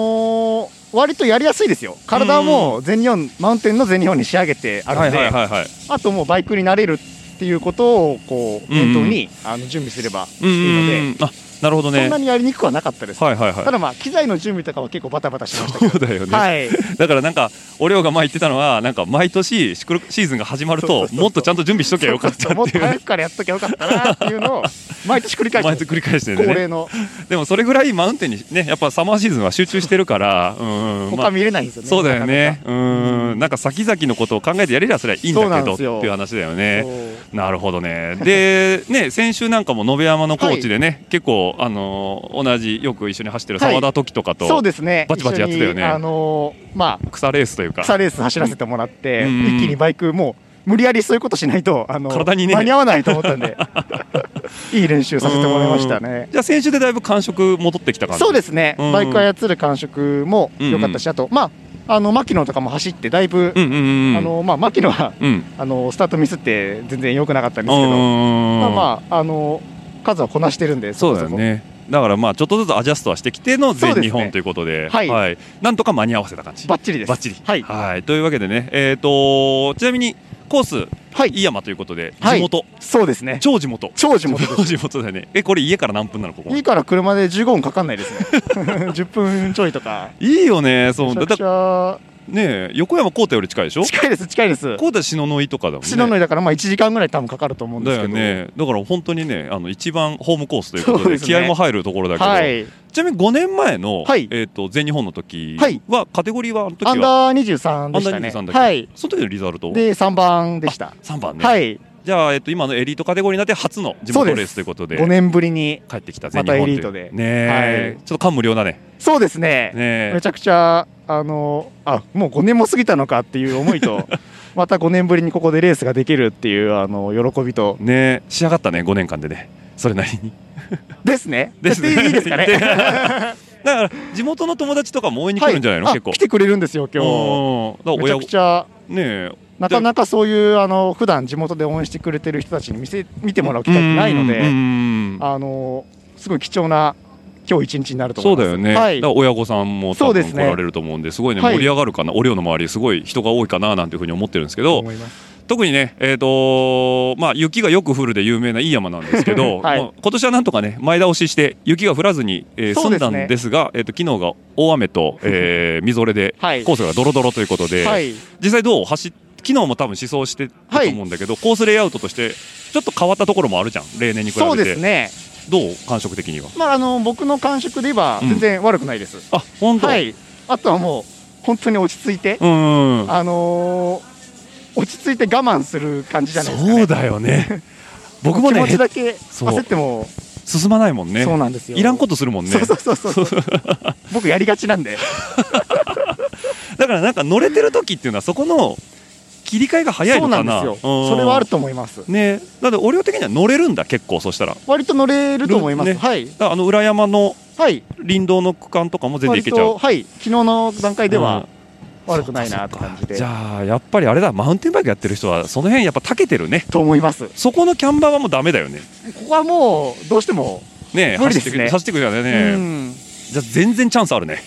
Speaker 6: ー割とやりやすいですよ。体も全日本マウンテンの全日本に仕上げてあ
Speaker 3: は
Speaker 6: る
Speaker 3: い
Speaker 6: んで、
Speaker 3: はいはいはい
Speaker 6: あともうバイクになれるっていうことをこう
Speaker 3: うんうん
Speaker 6: 念頭に、あの準備すれば
Speaker 3: うん
Speaker 6: いいので、
Speaker 3: うんあなるほど
Speaker 6: そ
Speaker 3: ね
Speaker 6: んな
Speaker 3: はい
Speaker 6: にやりにくくはなかったです、
Speaker 3: はいはい
Speaker 6: ただまあ機材の準備とかは結構バタバタし ましたけ
Speaker 3: そう
Speaker 6: ど
Speaker 3: だよね、
Speaker 6: はい
Speaker 3: だからなんかお亮が前言ってたのはなんか毎年シクロシーズンが始まる
Speaker 6: そうそ
Speaker 3: と
Speaker 6: うそう
Speaker 3: もっとちゃんと準備しときゃよかった
Speaker 6: もっ
Speaker 3: って
Speaker 6: と
Speaker 3: いう
Speaker 6: 早くからやっときゃよかったなっていう のを毎年繰り返
Speaker 3: 毎
Speaker 6: して
Speaker 3: 年繰り返して
Speaker 6: 恒
Speaker 3: ね
Speaker 6: 例の
Speaker 3: でもそれぐらいマウンテンにねやっぱサマーシーズンは集中してるからうん、まあ
Speaker 6: 他見れないんですよね、
Speaker 3: そうだよねうんなんか先々のことを考えてやりだすりゃいいん
Speaker 6: そうな
Speaker 3: だ
Speaker 6: ん
Speaker 3: けど
Speaker 6: で
Speaker 3: っ
Speaker 6: す
Speaker 3: て
Speaker 6: よ
Speaker 3: いう話だよ
Speaker 6: なかなか
Speaker 3: ね
Speaker 6: そう
Speaker 3: なるほどね。で、ね、先週なんかも延山のコーチでね、結構、あのー同じ、よく一緒に走ってる
Speaker 6: はい
Speaker 3: 澤田時とかと、
Speaker 6: そうですね
Speaker 3: バチバチやってたよね
Speaker 6: 一緒にあのーまあ
Speaker 3: 草レースというか、
Speaker 6: 草レース走らせてもらって
Speaker 3: うん
Speaker 6: 一気にバイクもう無理やりそういうことしないとあの
Speaker 3: 体にね
Speaker 6: 間に合わないと思ったん でいい練習させてもらいましたね。
Speaker 3: じゃあ先週でだいぶ感触戻ってきた感じ
Speaker 6: そうですね、
Speaker 3: うん
Speaker 6: バイク操る感触も良かったし、あと、まあ、あの牧野とかも走って、だいぶ、
Speaker 3: うんうんうんうん
Speaker 6: あのまあ、牧野は
Speaker 3: うん
Speaker 6: あのスタートミスって全然良くなかったんですけ
Speaker 3: うんう
Speaker 6: ど、
Speaker 3: んうん
Speaker 6: まあまああの、数はこなしてるんで、
Speaker 3: そうだ
Speaker 6: こ
Speaker 3: よ
Speaker 6: こ
Speaker 3: ねだからまあちょっとずつアジャストはしてきての全日
Speaker 6: そうです
Speaker 3: 本
Speaker 6: ね
Speaker 3: ということで
Speaker 6: はい
Speaker 3: はい、なんとか間に合わせた感じ
Speaker 6: バッチリです。
Speaker 3: バッチリ
Speaker 6: はい、
Speaker 3: はい、というわけでね、えー、とちなみにコース、
Speaker 6: はい
Speaker 3: 飯山ということで、
Speaker 6: はい
Speaker 3: 地元、
Speaker 6: そうですね、
Speaker 3: 超地元、
Speaker 6: 超地元です。
Speaker 3: 超地元だよね、えこれ、家から何分なの、ここ
Speaker 6: いい、から車で15分かかんないですね、10分 ちょいとか、
Speaker 3: いいよね、そ
Speaker 6: めち
Speaker 3: うだ
Speaker 6: ゃく
Speaker 3: だ
Speaker 6: ちゃ
Speaker 3: ねえ横山浩太より近いでしょ、
Speaker 6: 近いです、近いです。
Speaker 3: 浩太、篠ノ井とかだもんね、
Speaker 6: 篠ノ井だからまあ1時間ぐらい多分かかると思うんで
Speaker 3: だ
Speaker 6: すけ
Speaker 3: よ
Speaker 6: ど、
Speaker 3: ね、だから本当にね、あの一番ホームコースということ
Speaker 6: そう
Speaker 3: で、
Speaker 6: ですね
Speaker 3: 気合も入るところだけど、
Speaker 6: はい、
Speaker 3: ちなみに5年前の、
Speaker 6: はい
Speaker 3: えー、と全日本の時
Speaker 6: はい
Speaker 3: は、カテゴリーは、あの時
Speaker 6: アン
Speaker 3: は、
Speaker 6: ダー23でしたね。
Speaker 3: アンダー23だっけ
Speaker 6: はい、
Speaker 3: その時のリザルト、
Speaker 6: で3番でした。
Speaker 3: 3番ね、
Speaker 6: はい、
Speaker 3: じゃあ、えー、と今のエリートカテゴリーになって、初の地
Speaker 6: そうで
Speaker 3: 元
Speaker 6: す
Speaker 3: レースということで。
Speaker 6: 5年ぶりに、
Speaker 3: 帰ってきた全日本
Speaker 6: ま
Speaker 3: と
Speaker 6: た
Speaker 3: い
Speaker 6: エ
Speaker 3: う
Speaker 6: リートで
Speaker 3: ねえ、
Speaker 6: はい
Speaker 3: ちょっと感無量だね
Speaker 6: そうですね、
Speaker 3: ねえ
Speaker 6: めちゃくちゃ、あのあもう5年も過ぎたのかっていう思い と、また5年ぶりにここでレースができるっていうあの喜びと、
Speaker 3: ねえ仕上がったね5年間でねそれなりに
Speaker 6: ですね、
Speaker 3: ですね
Speaker 6: やっていいですか
Speaker 3: 言っ
Speaker 6: ね
Speaker 3: て。だから地元の友達とかも応援に来るんじゃないの、
Speaker 6: はあ
Speaker 3: 結構
Speaker 6: 来てくれるんですよ、今日
Speaker 3: うんだ
Speaker 6: めちゃ
Speaker 3: から親
Speaker 6: く
Speaker 3: 子
Speaker 6: ちゃ
Speaker 3: ねえ
Speaker 6: なかなかそういうあの普段地元で応援してくれてる人たちに見せ見てもらう機会ってないの
Speaker 3: うんうん
Speaker 6: で、
Speaker 3: うん
Speaker 6: あのすごい貴重な今日一日になると
Speaker 3: そ
Speaker 6: 思いうます。
Speaker 3: だよね、
Speaker 6: は
Speaker 3: だ
Speaker 6: い
Speaker 3: から、親御さんも
Speaker 6: そ
Speaker 3: 多
Speaker 6: うで
Speaker 3: 分
Speaker 6: す
Speaker 3: 来
Speaker 6: ね
Speaker 3: られると思うんですごいね
Speaker 6: はい
Speaker 3: 盛り上がるかな、お寮の周りすごい人が多いかななんていうふうに思ってるんですけど
Speaker 6: 思います
Speaker 3: 特にね、えーとまあ、雪がよく降るで有名ないい山なんですけ ど、
Speaker 6: はい
Speaker 3: まあ今年はなんとかね前倒しして雪が降らずに、えー
Speaker 6: そ
Speaker 3: 済
Speaker 6: うんです
Speaker 3: だ
Speaker 6: ね
Speaker 3: んですが、えー、と昨日が大雨と、 えー、みぞれで
Speaker 6: はい
Speaker 3: コースがドロドロということで、
Speaker 6: はい、
Speaker 3: 実際どう走っ昨日も多分思想してたと思うんだけど、コースレイアウトとしてちょっと変わったところもあるじゃん例年に比べて
Speaker 6: そうですね。
Speaker 3: どう感触的には
Speaker 6: まああの僕の感触で言えば
Speaker 3: うん
Speaker 6: 全然悪くないです。
Speaker 3: あ本当、
Speaker 6: はい。あとはもう本当に落ち着いて、
Speaker 3: うんうんうん
Speaker 6: あのー落ち着いて我慢する感じじゃないですか、ね。
Speaker 3: そうだよね 僕も
Speaker 6: 気
Speaker 3: ね
Speaker 6: 持ちだけ
Speaker 3: そう
Speaker 6: 焦っても
Speaker 3: 進まないもんね
Speaker 6: そうなんですよ。
Speaker 3: いらんことするもんね
Speaker 6: そうそうそうそう そう。僕やりがちなんで。
Speaker 3: だからなんか乗れてる時っていうのはそこの切り替えが早い
Speaker 6: そうな
Speaker 3: のか
Speaker 6: んで
Speaker 3: な
Speaker 6: すよ。それはあると思います。
Speaker 3: ねなので俺的には乗れるんだ結構そしたらだか
Speaker 6: 割と乗れると思います。
Speaker 3: ね
Speaker 6: はい。
Speaker 3: らあの裏山の
Speaker 6: はい。
Speaker 3: 林道の区間とかも全然
Speaker 6: 割
Speaker 3: いけちゃ
Speaker 6: と
Speaker 3: う
Speaker 6: はい。昨日の段階では
Speaker 3: うん
Speaker 6: 悪くないなって感じで。
Speaker 3: じゃあやっぱりあれだマウンテンバイクやってる人はその辺やっぱたけてるね
Speaker 6: と思います。こ
Speaker 3: そこのキャンバーはもうダメだよね
Speaker 6: こはもうどうしても、
Speaker 3: ねえ
Speaker 6: 無理
Speaker 3: 走
Speaker 6: で
Speaker 3: って
Speaker 6: す
Speaker 3: く
Speaker 6: ね
Speaker 3: 走ってくるよ
Speaker 6: う
Speaker 3: ね
Speaker 6: ん
Speaker 3: じゃあ全然チャンスあるね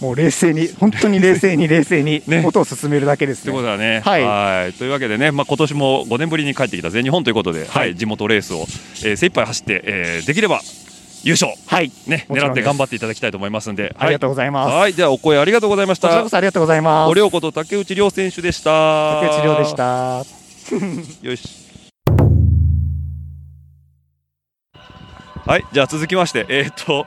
Speaker 6: もう冷静に本当に冷静に冷静に
Speaker 3: ね
Speaker 6: ことを進めるだけです
Speaker 3: というこ
Speaker 6: ね。
Speaker 3: とだね。
Speaker 6: はい
Speaker 3: というわけでね、まあ今年も5年ぶりに帰ってきた全日本ということで、はい、地元レースを、えー、精一杯走って、えー、できれば優勝
Speaker 6: はい。
Speaker 3: ね
Speaker 6: もちろ
Speaker 3: 狙
Speaker 6: んで
Speaker 3: って
Speaker 6: す
Speaker 3: 頑張っていただきたいと思いますんで。
Speaker 6: ありがとうございます。
Speaker 3: はい、ではお声ありがとうございまし
Speaker 6: こちら
Speaker 3: た
Speaker 6: こ。そありがとうございます。
Speaker 3: お涼子と竹内涼選手でした。
Speaker 6: 竹内涼でし。た。
Speaker 3: よし。はい、じゃあ続きまして、えーっと。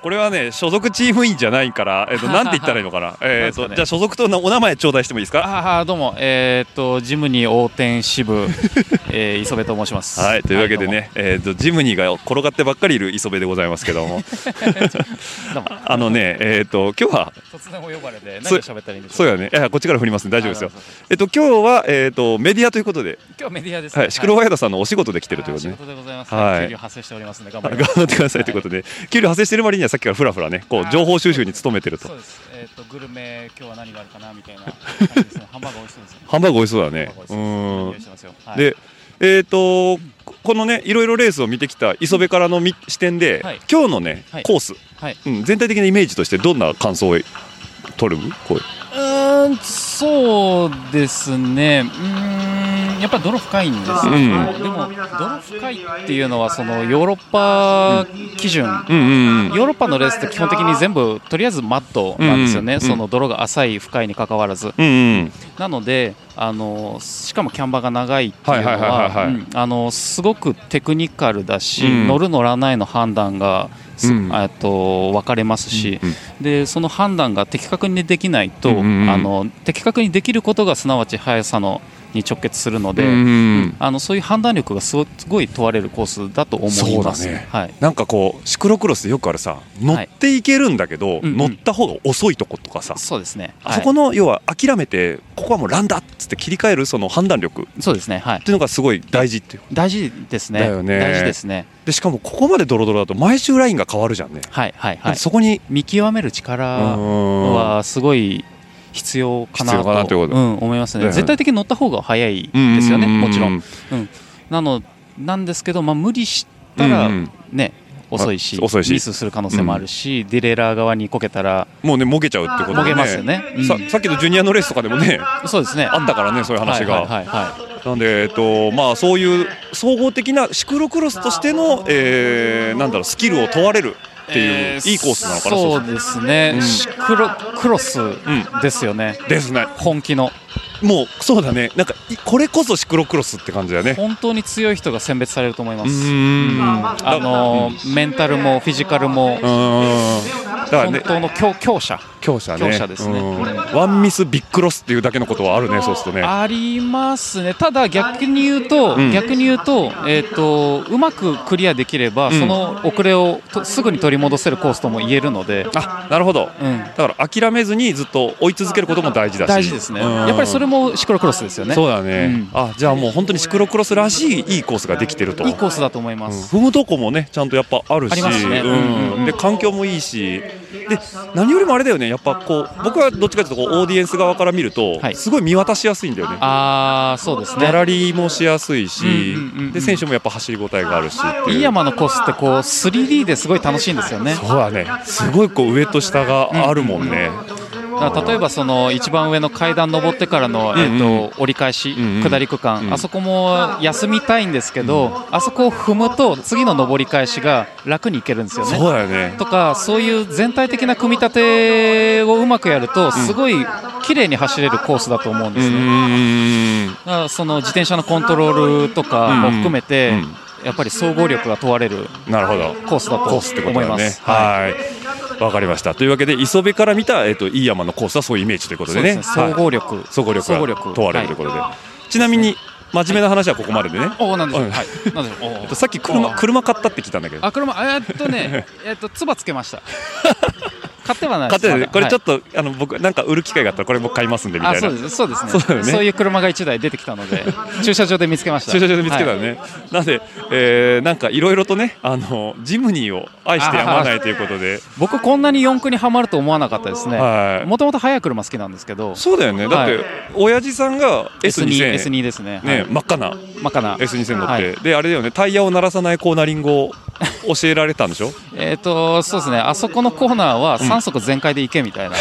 Speaker 3: これはね所属チーム員じゃないから、えーっとなんて言ったらいいのかな、えーっ
Speaker 7: なんですか
Speaker 3: と
Speaker 7: ね
Speaker 3: じゃあ所属とお名前頂戴してもいいですか。
Speaker 7: ああどうもえーっとジムニー横転支部、 えー、磯部と申します
Speaker 3: はい、というわけで
Speaker 7: は
Speaker 3: ね、えー、とジムニーが転がってばっかりいる磯部でございますけども
Speaker 7: どうも
Speaker 3: あのね、えー、と今日は
Speaker 7: どうも突然お呼ばれて
Speaker 3: そ
Speaker 7: 何を喋ったらいいんでしょ
Speaker 3: そううやねいやこっちから振ります んで大丈夫ですよ
Speaker 7: あなるほど、
Speaker 3: えっと今日は、えー、とメディアということで、
Speaker 7: 今日はメディアですね
Speaker 3: はい、シクロワイドさんのお仕事で来てるという
Speaker 7: あー
Speaker 3: こと
Speaker 7: 仕
Speaker 3: でね、
Speaker 7: 事でございます、
Speaker 3: はい
Speaker 7: 給料発生しておりますので頑張
Speaker 3: はい
Speaker 7: り
Speaker 3: 頑張っ
Speaker 7: ます
Speaker 3: てくださいということで、給料発生してる割にはさっきからふらふらねこう情報収集に努めてると
Speaker 7: そうですえーっとグルメ今日は何があるかなみたいな感じですねハンバーガー美味しそうですよね
Speaker 3: ハンバーグ美味しそうだ
Speaker 7: ハン
Speaker 3: ね
Speaker 7: バーガー美味
Speaker 3: う
Speaker 7: し
Speaker 3: ーん
Speaker 7: そうですいい匂いしてますよはい
Speaker 3: で、えー、とここのねいろいろレースを見てきた磯部からのみ視点で、
Speaker 7: はい
Speaker 3: 今日のね、
Speaker 7: はい
Speaker 3: コース、
Speaker 7: はい
Speaker 3: うん、全体的なイメージとしてどんな感想を取るこう
Speaker 7: うーんそうですねうーんやっぱり泥深いんですよ、
Speaker 3: うん
Speaker 7: でも泥深いっていうのはそのヨーロッパ基準、
Speaker 3: うんうんうん
Speaker 7: ヨーロッパのレースって基本的に全部とりあえずマットなんですよね、
Speaker 3: うんうん
Speaker 7: その泥が浅い深いにかかわらず
Speaker 3: うんうん
Speaker 7: なのであのしかもキャンバーが長いっていうの
Speaker 3: はいはいはいは
Speaker 7: はい
Speaker 3: はい
Speaker 7: うんあのすごくテクニカルだし、
Speaker 3: うん
Speaker 7: 乗る乗らないの判断が
Speaker 3: う
Speaker 7: す
Speaker 3: ん
Speaker 7: えっと分かれますし、
Speaker 3: うん
Speaker 7: でその判断が的確にできないと、
Speaker 3: うんうんうん
Speaker 7: あの的確にできることがすなわち速さのに直結するので、
Speaker 3: うん
Speaker 7: あのそういう判断力がすごすごい問われるコースだと思います。
Speaker 3: そうだね
Speaker 7: はい
Speaker 3: なんかこうシクロクロスでよくあるさ乗っていけるんだけど、
Speaker 7: うんうん
Speaker 3: 乗った方が遅いとことかさ、
Speaker 7: そうですね。
Speaker 3: あそこの要は諦めてここはもうランだっつって切り替えるその判断力っ
Speaker 7: はい、そうですね。はい。
Speaker 3: ていうのがすごい大事っていう
Speaker 7: 大事ですね。
Speaker 3: だよね
Speaker 7: 大事ですね。
Speaker 3: でしかもここまでドロドロだと毎週ラインが変わるじゃんね、
Speaker 7: はいはいはい。
Speaker 3: そこに
Speaker 7: 見極める力
Speaker 3: は
Speaker 7: はすごい必要かな
Speaker 3: 必要かなとい
Speaker 7: と、
Speaker 3: うこと
Speaker 7: うん、思いますね、
Speaker 3: だよね
Speaker 7: 絶対的に乗った方が早いですよね、もちろん。なのなんですけど、まあ、無理したら、
Speaker 3: うんう
Speaker 7: ね
Speaker 3: ん
Speaker 7: 遅いし
Speaker 3: あ遅いし
Speaker 7: ミスする可能性もあるし、ディレーラー側にこけたら
Speaker 3: もうねもげちゃうってこと
Speaker 7: もげますよね。うん
Speaker 3: ささっきのジュニアのレースとかでもね
Speaker 7: そうですね
Speaker 3: あったからねそういう話が、
Speaker 7: はいはいはいはい
Speaker 3: なんで、えっとまあ、そういう総合的なシクロクロスとしての、えーなんだろうスキルを問われるっていう、
Speaker 7: え
Speaker 3: いいコースなのかな
Speaker 7: そう
Speaker 3: う
Speaker 7: ですね、シクロクロスですよね、
Speaker 3: ですね
Speaker 7: 本気の
Speaker 3: もうそうだねなんかいこれこそシクロクロスって感じだよね
Speaker 7: 本当に強い人が選別されると思いま
Speaker 3: う
Speaker 7: す、
Speaker 3: ん
Speaker 7: あのメンタルもフィジカルも
Speaker 3: うんだから
Speaker 7: 本
Speaker 3: ね
Speaker 7: 当の強強者
Speaker 3: 強者ね
Speaker 7: 強者ですね
Speaker 3: うんワンミスビッグロスっていうだけのことはあるねそうするとね
Speaker 7: ありますね、ただ逆に言うと、
Speaker 3: ん
Speaker 7: 逆に言うと、えっ、と、うまくクリアできれば、その遅れをとすぐに取り戻せるコースとも言えるので。
Speaker 3: あなるほど、
Speaker 7: うん
Speaker 3: だから諦めずにずっと追い続けることも大事だし
Speaker 7: 大事ですね、
Speaker 3: うん
Speaker 7: やっぱりそれもシクロクロスですよね。
Speaker 3: そうだね、
Speaker 7: う
Speaker 3: あじゃあもう本当にシクロクロスらしいいいコースができてると
Speaker 7: いいコースだと思いま
Speaker 3: うん
Speaker 7: す。
Speaker 3: 踏むとこもねちゃんとやっぱあるし
Speaker 7: ありますね
Speaker 3: うん
Speaker 7: うん
Speaker 3: で環境もいいしで何よりもあれだよねやっぱこう僕はどっちかというとこうオーディエンス側から見ると、
Speaker 7: はい
Speaker 3: すごい見渡しやすいんだよね。
Speaker 7: ああ、そうです
Speaker 3: ギャ
Speaker 7: ね。
Speaker 3: ラリーもしやすいし、
Speaker 7: うんうんうんうん
Speaker 3: で選手もやっぱ走り応えがあるしっていう
Speaker 7: 飯山のコースってこう 3D ですごい楽しいんですよね。
Speaker 3: そうだねすごいこう上と下があるもんね、
Speaker 7: だから例えばその一番上の階段登ってからの、えっと折り返し、
Speaker 3: んうん
Speaker 7: 下り区間、あそこも休みたいんですけど、あそこを踏むと次の上り返しが楽に行けるんですよね。
Speaker 3: そうだよね
Speaker 7: とかそういう全体的な組み立てをうまくやるとすごい綺麗に走れるコースだと思うんですね、
Speaker 3: うん
Speaker 7: だからその自転車のコントロールとかも含めて、やっぱり総合力が問われる
Speaker 3: なるほど
Speaker 7: コースだと
Speaker 3: コースってこと
Speaker 7: 思い
Speaker 3: だ
Speaker 7: ま
Speaker 3: ね
Speaker 7: す。はい
Speaker 3: はいわかりましたというわけで磯部から見た、えっと飯山のコースはそういうイメージということ
Speaker 7: そ
Speaker 3: で
Speaker 7: うで
Speaker 3: ね
Speaker 7: すね総
Speaker 3: はい
Speaker 7: 合力、
Speaker 3: 総合力
Speaker 7: 総合
Speaker 3: が
Speaker 7: 力
Speaker 3: 問われるということで、ちなみに真面目な話はここまででね、
Speaker 7: おおなんでしょう、
Speaker 3: うん
Speaker 7: はいなんでしょうおー
Speaker 3: えっとさっき車車買ったって聞いたんだけど
Speaker 7: あ車えーっ とねえーっとつばつけました買ってはない
Speaker 3: 買って
Speaker 7: ま
Speaker 3: ね
Speaker 7: だ
Speaker 3: これちょっ
Speaker 7: は
Speaker 3: と、あの僕なんか売る機会があったらこれ僕買いますんでみ
Speaker 7: い
Speaker 3: た
Speaker 7: あ
Speaker 3: いな
Speaker 7: そうですそうですね
Speaker 3: そうだ
Speaker 7: そう
Speaker 3: よね
Speaker 7: いう車が1台出てきた ので駐車場で見つけました
Speaker 3: 駐車場で見つけた
Speaker 7: は
Speaker 3: の
Speaker 7: い
Speaker 3: ね、なんで、えーなんかいろいろとねあのジムニーを愛してやまないということで
Speaker 7: 僕こんなに四駆にはまると思わなかったですね
Speaker 3: はい
Speaker 7: もともと速い車好きなんですけど
Speaker 3: そうだよねだって、
Speaker 7: はい
Speaker 3: 親父さんが S2000
Speaker 7: S2 ですね
Speaker 3: ね、真っ赤な
Speaker 7: はいマカナ
Speaker 3: S2000 乗って、
Speaker 7: はい
Speaker 3: であれだよねタイヤを鳴らさないコーナリング を教えられたんでしょ
Speaker 7: えーっとそうですねあそこのコーナーは3速全開で行けみたいな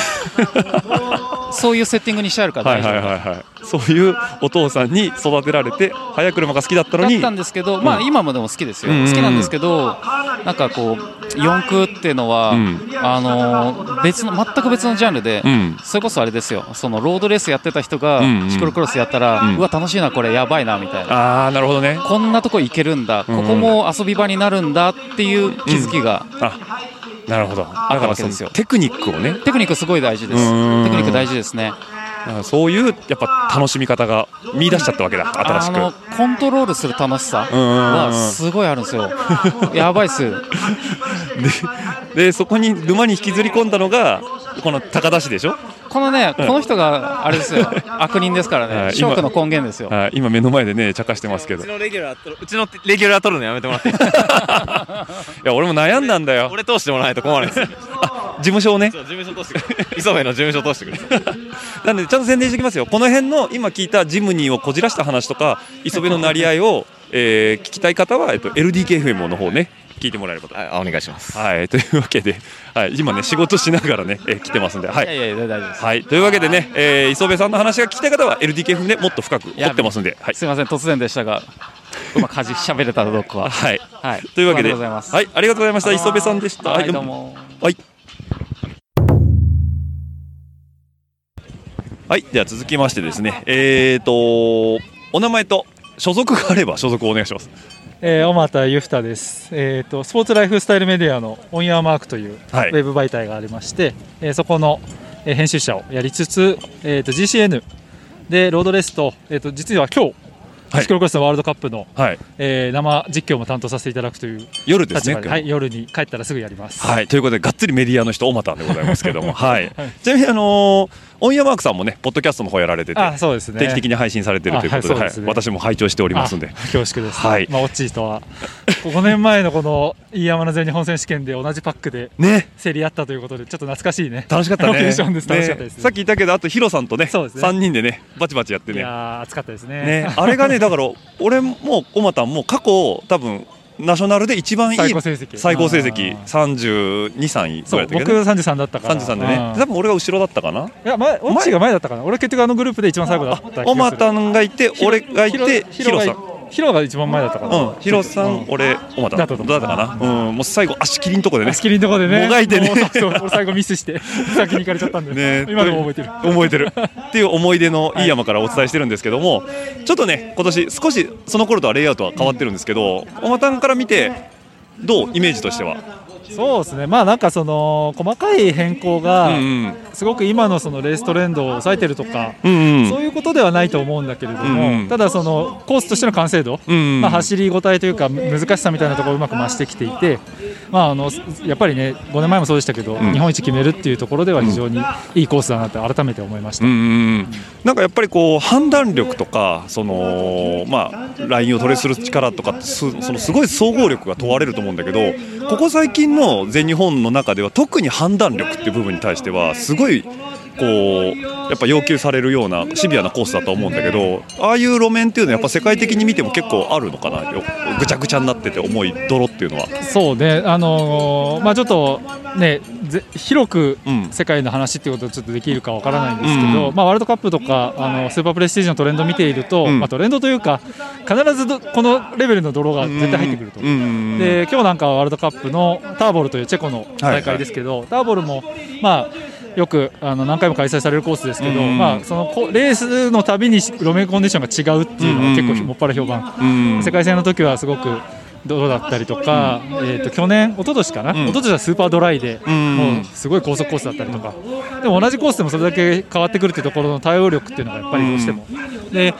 Speaker 7: そういうセッティングにしてあるから
Speaker 3: はい
Speaker 7: 大丈
Speaker 3: はい
Speaker 7: 夫
Speaker 3: はいはいそういうお父さんに育てられて速い車が好きだったの
Speaker 7: だ
Speaker 3: に
Speaker 7: ったんですけど、まあ今もでも好きですよ、
Speaker 3: うんうんうん
Speaker 7: 好きなんですけどなんかこう四駆っていうのは、
Speaker 3: ん
Speaker 7: あの別の全く別のジャンルで、
Speaker 3: うん
Speaker 7: それこそあれですよそのロードレースやってた人が
Speaker 3: んうん
Speaker 7: シクロクロスやったら、うわ楽しいなこれやばいなみたいな
Speaker 3: ああなるほどね
Speaker 7: こんなとこ行けるんだここも遊び場になるんだっていう気づきが、
Speaker 3: あなるほどだ
Speaker 7: あっ
Speaker 3: か
Speaker 7: たわ
Speaker 3: ら
Speaker 7: け
Speaker 3: そ
Speaker 7: で
Speaker 3: の
Speaker 7: すよ
Speaker 3: テクニックをね
Speaker 7: テクニックすごい大事です
Speaker 3: うん
Speaker 7: テクニック大事ですね
Speaker 3: あそういうやっぱ楽しみ方が見出しちゃったわけだ新し
Speaker 7: あ
Speaker 3: く
Speaker 7: のコントロールする楽しさ
Speaker 3: うんうんうん
Speaker 7: はすごいあるんで すよやばいっす
Speaker 3: でそこに沼に引きずり込んだのがこの高田市でしょ
Speaker 7: このね、この人があれですよ、悪人ですから
Speaker 3: は
Speaker 7: ね、
Speaker 3: い
Speaker 7: ショークの根源ですよ。
Speaker 3: はい今目の前でね茶化してますけ
Speaker 8: う
Speaker 3: どい
Speaker 8: ちのレギュラー取るうちのレギュラー取るのやめてもらっていい
Speaker 3: や俺も悩んだんだよ
Speaker 8: 俺通してもらわないと困るんですよ
Speaker 3: 事務所をね
Speaker 8: そう事務所通してくれ磯部の事務所通してくれ
Speaker 3: なんでちゃんと宣伝しておきますよ、この辺の今聞いたジムニーをこじらした話とか、磯部のなり合いを、えー聞きたい方は、えっと、LDKFM の方ね、聞いてもらえること。
Speaker 8: はいあお願いします
Speaker 3: はい、 というわけで、はい、今ね、仕事しながらね、えー来てますんで、はい
Speaker 7: や
Speaker 3: い。
Speaker 7: いや、大丈夫です。
Speaker 3: はい、というわけでね、えー磯部さんの話が聞きたい方は、LDKFM でもっと深く掘ってますんで、はい。
Speaker 7: すみません、突然でした が、うまく恥しゃべれたらどうかは。
Speaker 3: はい、
Speaker 7: はい、
Speaker 3: というわけで、
Speaker 7: ありがとうございます。
Speaker 3: はい、ありがとうございました。磯部さんでした。
Speaker 7: はい、どうも。
Speaker 3: はい。はい、では続きましてですね、えーと、お名前と所属があれば所属をお願いします。
Speaker 9: えー、小俣裕太です、えーと。スポーツライフスタイルメディアのオンヤーマークというウ
Speaker 3: はい
Speaker 9: ェブ媒体がありまして、えーそこの、えー編集者をやりつつ、えー、と GCN でロードレースと,、えー、と実は今
Speaker 3: は
Speaker 9: 日、
Speaker 3: い
Speaker 9: シクロクロスのワールドカップの、
Speaker 3: はい
Speaker 9: えー生実況も担当させていただくという
Speaker 3: 夜ですね
Speaker 9: 立場
Speaker 3: 今
Speaker 9: は
Speaker 3: 日
Speaker 9: い、夜に帰ったらすぐやります。
Speaker 3: はい、ということで、がっつりメディアの人、おまたでございますけども、はい
Speaker 9: はい、
Speaker 3: ちなみに、あのーオンエアマークさんもね、ポッドキャストの方やられてて、
Speaker 9: あそうですね
Speaker 3: 定期的に配信されてるということで、
Speaker 9: あは
Speaker 3: は
Speaker 9: いそうで
Speaker 3: い
Speaker 9: すね
Speaker 3: 私も拝聴しておりますんで
Speaker 9: あ、恐縮です、
Speaker 3: はい
Speaker 9: まあ、オッチーとは5年前のこの飯山の全日本選手権で同じパックで
Speaker 3: ね
Speaker 9: 競り合ったということでちょっと懐かしいね
Speaker 3: 楽しかったね
Speaker 9: ロケーションです
Speaker 3: ね
Speaker 9: 楽しかったです、
Speaker 3: さっき言ったけど、あとヒロさんとね、
Speaker 9: そうですね
Speaker 3: 3人でね、バチバチやって
Speaker 9: い
Speaker 3: ね、
Speaker 9: やー暑かったですね
Speaker 3: ねあれがね、だから、俺もおまたも過去、多分ナショナルで一番いい
Speaker 9: 最高成績
Speaker 3: 最高成績32、3位ぐ
Speaker 9: そ
Speaker 3: ら
Speaker 9: う
Speaker 3: いだったけど
Speaker 9: 僕
Speaker 3: ね、
Speaker 9: 33だったから
Speaker 3: 33でね、
Speaker 9: うん
Speaker 3: 多分俺が後ろだったかな。
Speaker 9: いや前オッチーが前だったかな俺結局あのグループで一番最後だった気がする
Speaker 3: おまたんがいて、俺がいて、ヒ
Speaker 9: ヒロ
Speaker 3: ロ
Speaker 9: が
Speaker 3: さん。
Speaker 9: ヒロが一番前だったかな、
Speaker 3: うん、ヒロさん、俺、おまた、だ
Speaker 9: だっ
Speaker 3: ったた
Speaker 9: と
Speaker 3: か
Speaker 9: 思う
Speaker 3: な、うん、もう最後、足切りんとこでね、
Speaker 9: 足切りのとこでね
Speaker 3: もがいてね
Speaker 9: もうそうそう俺最後ミスして 先に行かれちゃったんで、
Speaker 3: ね
Speaker 9: 今でも覚えてる
Speaker 3: 覚えてるっていう思い出のいい山からお伝えしてるんですけども、ちょっとね、今年少しその頃とはレイアウトは変わってるんですけど、おまたんから見て、どう、イメージとしては。
Speaker 9: そうですね、まあなんかその細かい変更が
Speaker 3: うんうん
Speaker 9: すごく今のそのレーストレンドを抑えてるとか、
Speaker 3: うんうん
Speaker 9: そういうことではないと思うんだけれども、
Speaker 3: うんうん
Speaker 9: ただそのコースとしての完成度、
Speaker 3: うんうん
Speaker 9: まあ、走りごたえというか難しさみたいなところをうまく増してきていて、まあ、あのやっぱりね5年前もそうでしたけど、
Speaker 3: ん
Speaker 9: 日本一決めるっていうところでは非常にいいコースだなって改めて思いました。
Speaker 3: うんうんうんなんかやっぱりこう判断力とかその、まあ、ラインをトレースする力とかすそのすごい総合力が問われると思うんだけどここ最近の全日本の中では特に判断力っていう部分に対してはすごいこうやっぱ要求されるようなシビアなコースだと思うんだけどああいう路面っていうのはやっぱ世界的に見ても結構あるのかなよぐちゃぐちゃになってて重い泥っていうのは。
Speaker 9: そうね、あのーまあ、ちょっと、ね、ぜ広く
Speaker 3: うん
Speaker 9: 世界の話っていうことはちょっとできるかわからないんですけど、
Speaker 3: うん
Speaker 9: まあ、ワールドカップとかあのスーパープレステージのトレンド見ていると、
Speaker 3: うん
Speaker 9: まあ、トレンドというか必ずどこのレベルの泥が絶対入ってくると。
Speaker 3: うんうんうん
Speaker 9: で今日なんかはワールドカップのターボルというチェコの大会ですけど、ターボルも、まあ、よくあの何回も開催されるコースですけど、
Speaker 3: うん
Speaker 9: まあ、そのこレースのたびに路面コンディションが違うっていうのは結構もっぱら評判、
Speaker 3: うん
Speaker 9: 世界戦の時はすごく泥だったりとか、えー、と去年、一昨年かな、
Speaker 3: ん
Speaker 9: 一昨年はスーパードライで、
Speaker 3: ん
Speaker 9: もうすごい高速コースだったりとか、でも同じコースでもそれだけ変わってくるっていうところの対応力っていうのがやっぱりどうしても、で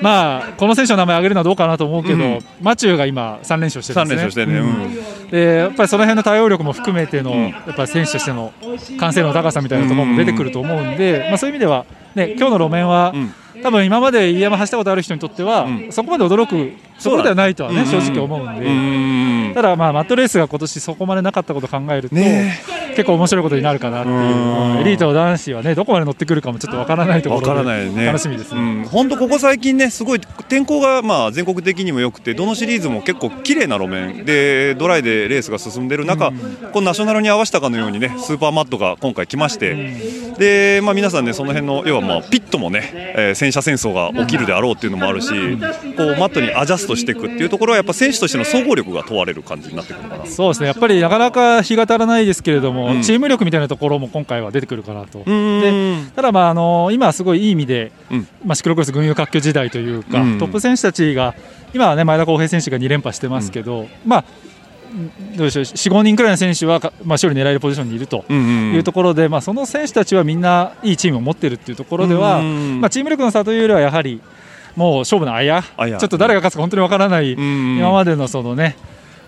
Speaker 9: まあ、この選手の名前挙げるのはどうかなと思うけど、
Speaker 3: うん
Speaker 9: マチューが今、3連勝してるん
Speaker 3: 三
Speaker 9: です
Speaker 3: 連
Speaker 9: ね。
Speaker 3: 勝してね、うん
Speaker 9: でやっぱりその辺の対応力も含めての、
Speaker 3: ん
Speaker 9: やっぱり選手としての完成度の高さみたいなところも出てくると思うんで、まあ、そういう意味では、ね、今日の路面は、
Speaker 3: ん
Speaker 9: 多分今まで飯山走ったことある人にとっては、そこまで驚くところではないとはね、
Speaker 3: うん
Speaker 9: 正直思うんで。
Speaker 3: うん
Speaker 9: ただまあマットレースが今年そこまでなかったことを考えると、結構面白いことになるかなっていうエリート男子はねどこまで乗ってくるかもちょっとわからないところ
Speaker 3: わ
Speaker 9: で
Speaker 3: からないね。
Speaker 9: 楽しみですね、
Speaker 3: うん本当ここ最近ね、すごい天候がまあ全国的にも良くて、どのシリーズも結構綺麗な路面でドライでレースが進んでる中、このナショナルに合わせたかのようにね、スーパーマットが今回来まして、でまあ皆さんねその辺の要はまあピットもね、えー戦車戦争が起きるであろうっていうのもあるし、こうマットにアジャストしていくっていうところはやっぱ選手としての総合力が問われる感じになってくるのかな。
Speaker 9: そうですねやっぱりなかなか日が足らないですけれども、
Speaker 3: ん
Speaker 9: チーム力みたいなところも今回は出てくるかなと。
Speaker 3: ん
Speaker 9: でただ、まああの今、すごいいい意味で、
Speaker 3: うん
Speaker 9: まあ、シクロクロス群雄割拠時代というか、
Speaker 3: うん
Speaker 9: トップ選手たちが今は、ね、前田航平選手が2連覇してますけど、まあ、どうでしょう4、5人くらいの選手は、かまあ、勝利狙えるポジションにいると
Speaker 3: うんうんうん
Speaker 9: いうところで、まあ、その選手たちはみんないいチームを持っているというところでは、
Speaker 3: うん
Speaker 9: まあ、チーム力の差というよりはやはりもう勝負のあや
Speaker 3: あや
Speaker 9: ちょっと誰が勝つか本当にわからない、
Speaker 3: ん
Speaker 9: 今までのそのね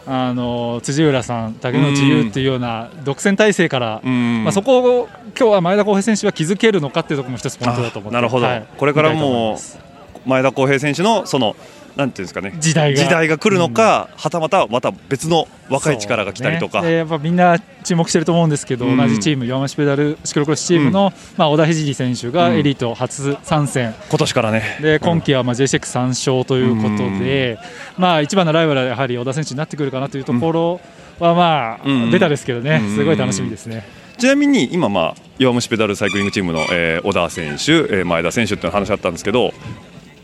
Speaker 9: あの辻浦さん、竹野内優っていうような独占体制から、
Speaker 3: ん
Speaker 9: まあ、そこを今日は前田航平選手は気づけるのかっていうところも一つポイントだと思って
Speaker 3: あなるほど、
Speaker 9: はい
Speaker 3: これから
Speaker 9: 見たいと思い
Speaker 3: も
Speaker 9: ます
Speaker 3: 前田航平選手のそのなんていうんですかね
Speaker 9: 時代が
Speaker 3: 来るのか、はたまたまた別の若い力が来たりとか、
Speaker 9: そうねでやっぱみんな注目してると思うんですけど、
Speaker 3: うん
Speaker 9: 同じチーム、山梨ペダルシクロクロスチームの、まあ、小田聖選手がエリート初参戦、
Speaker 3: 今年からね
Speaker 9: で今季はまあ JCX3 勝ということで、まあ、一番のライバルはやはり小田選手になってくるかなというところは、まあ
Speaker 3: うん
Speaker 9: ベタですけどね、
Speaker 3: うん
Speaker 9: すごい楽しみですね。
Speaker 3: ちなみに今まあ弱虫ペダルサイクリングチームの、えー小田選手、えー前田選手っていう話だったんですけど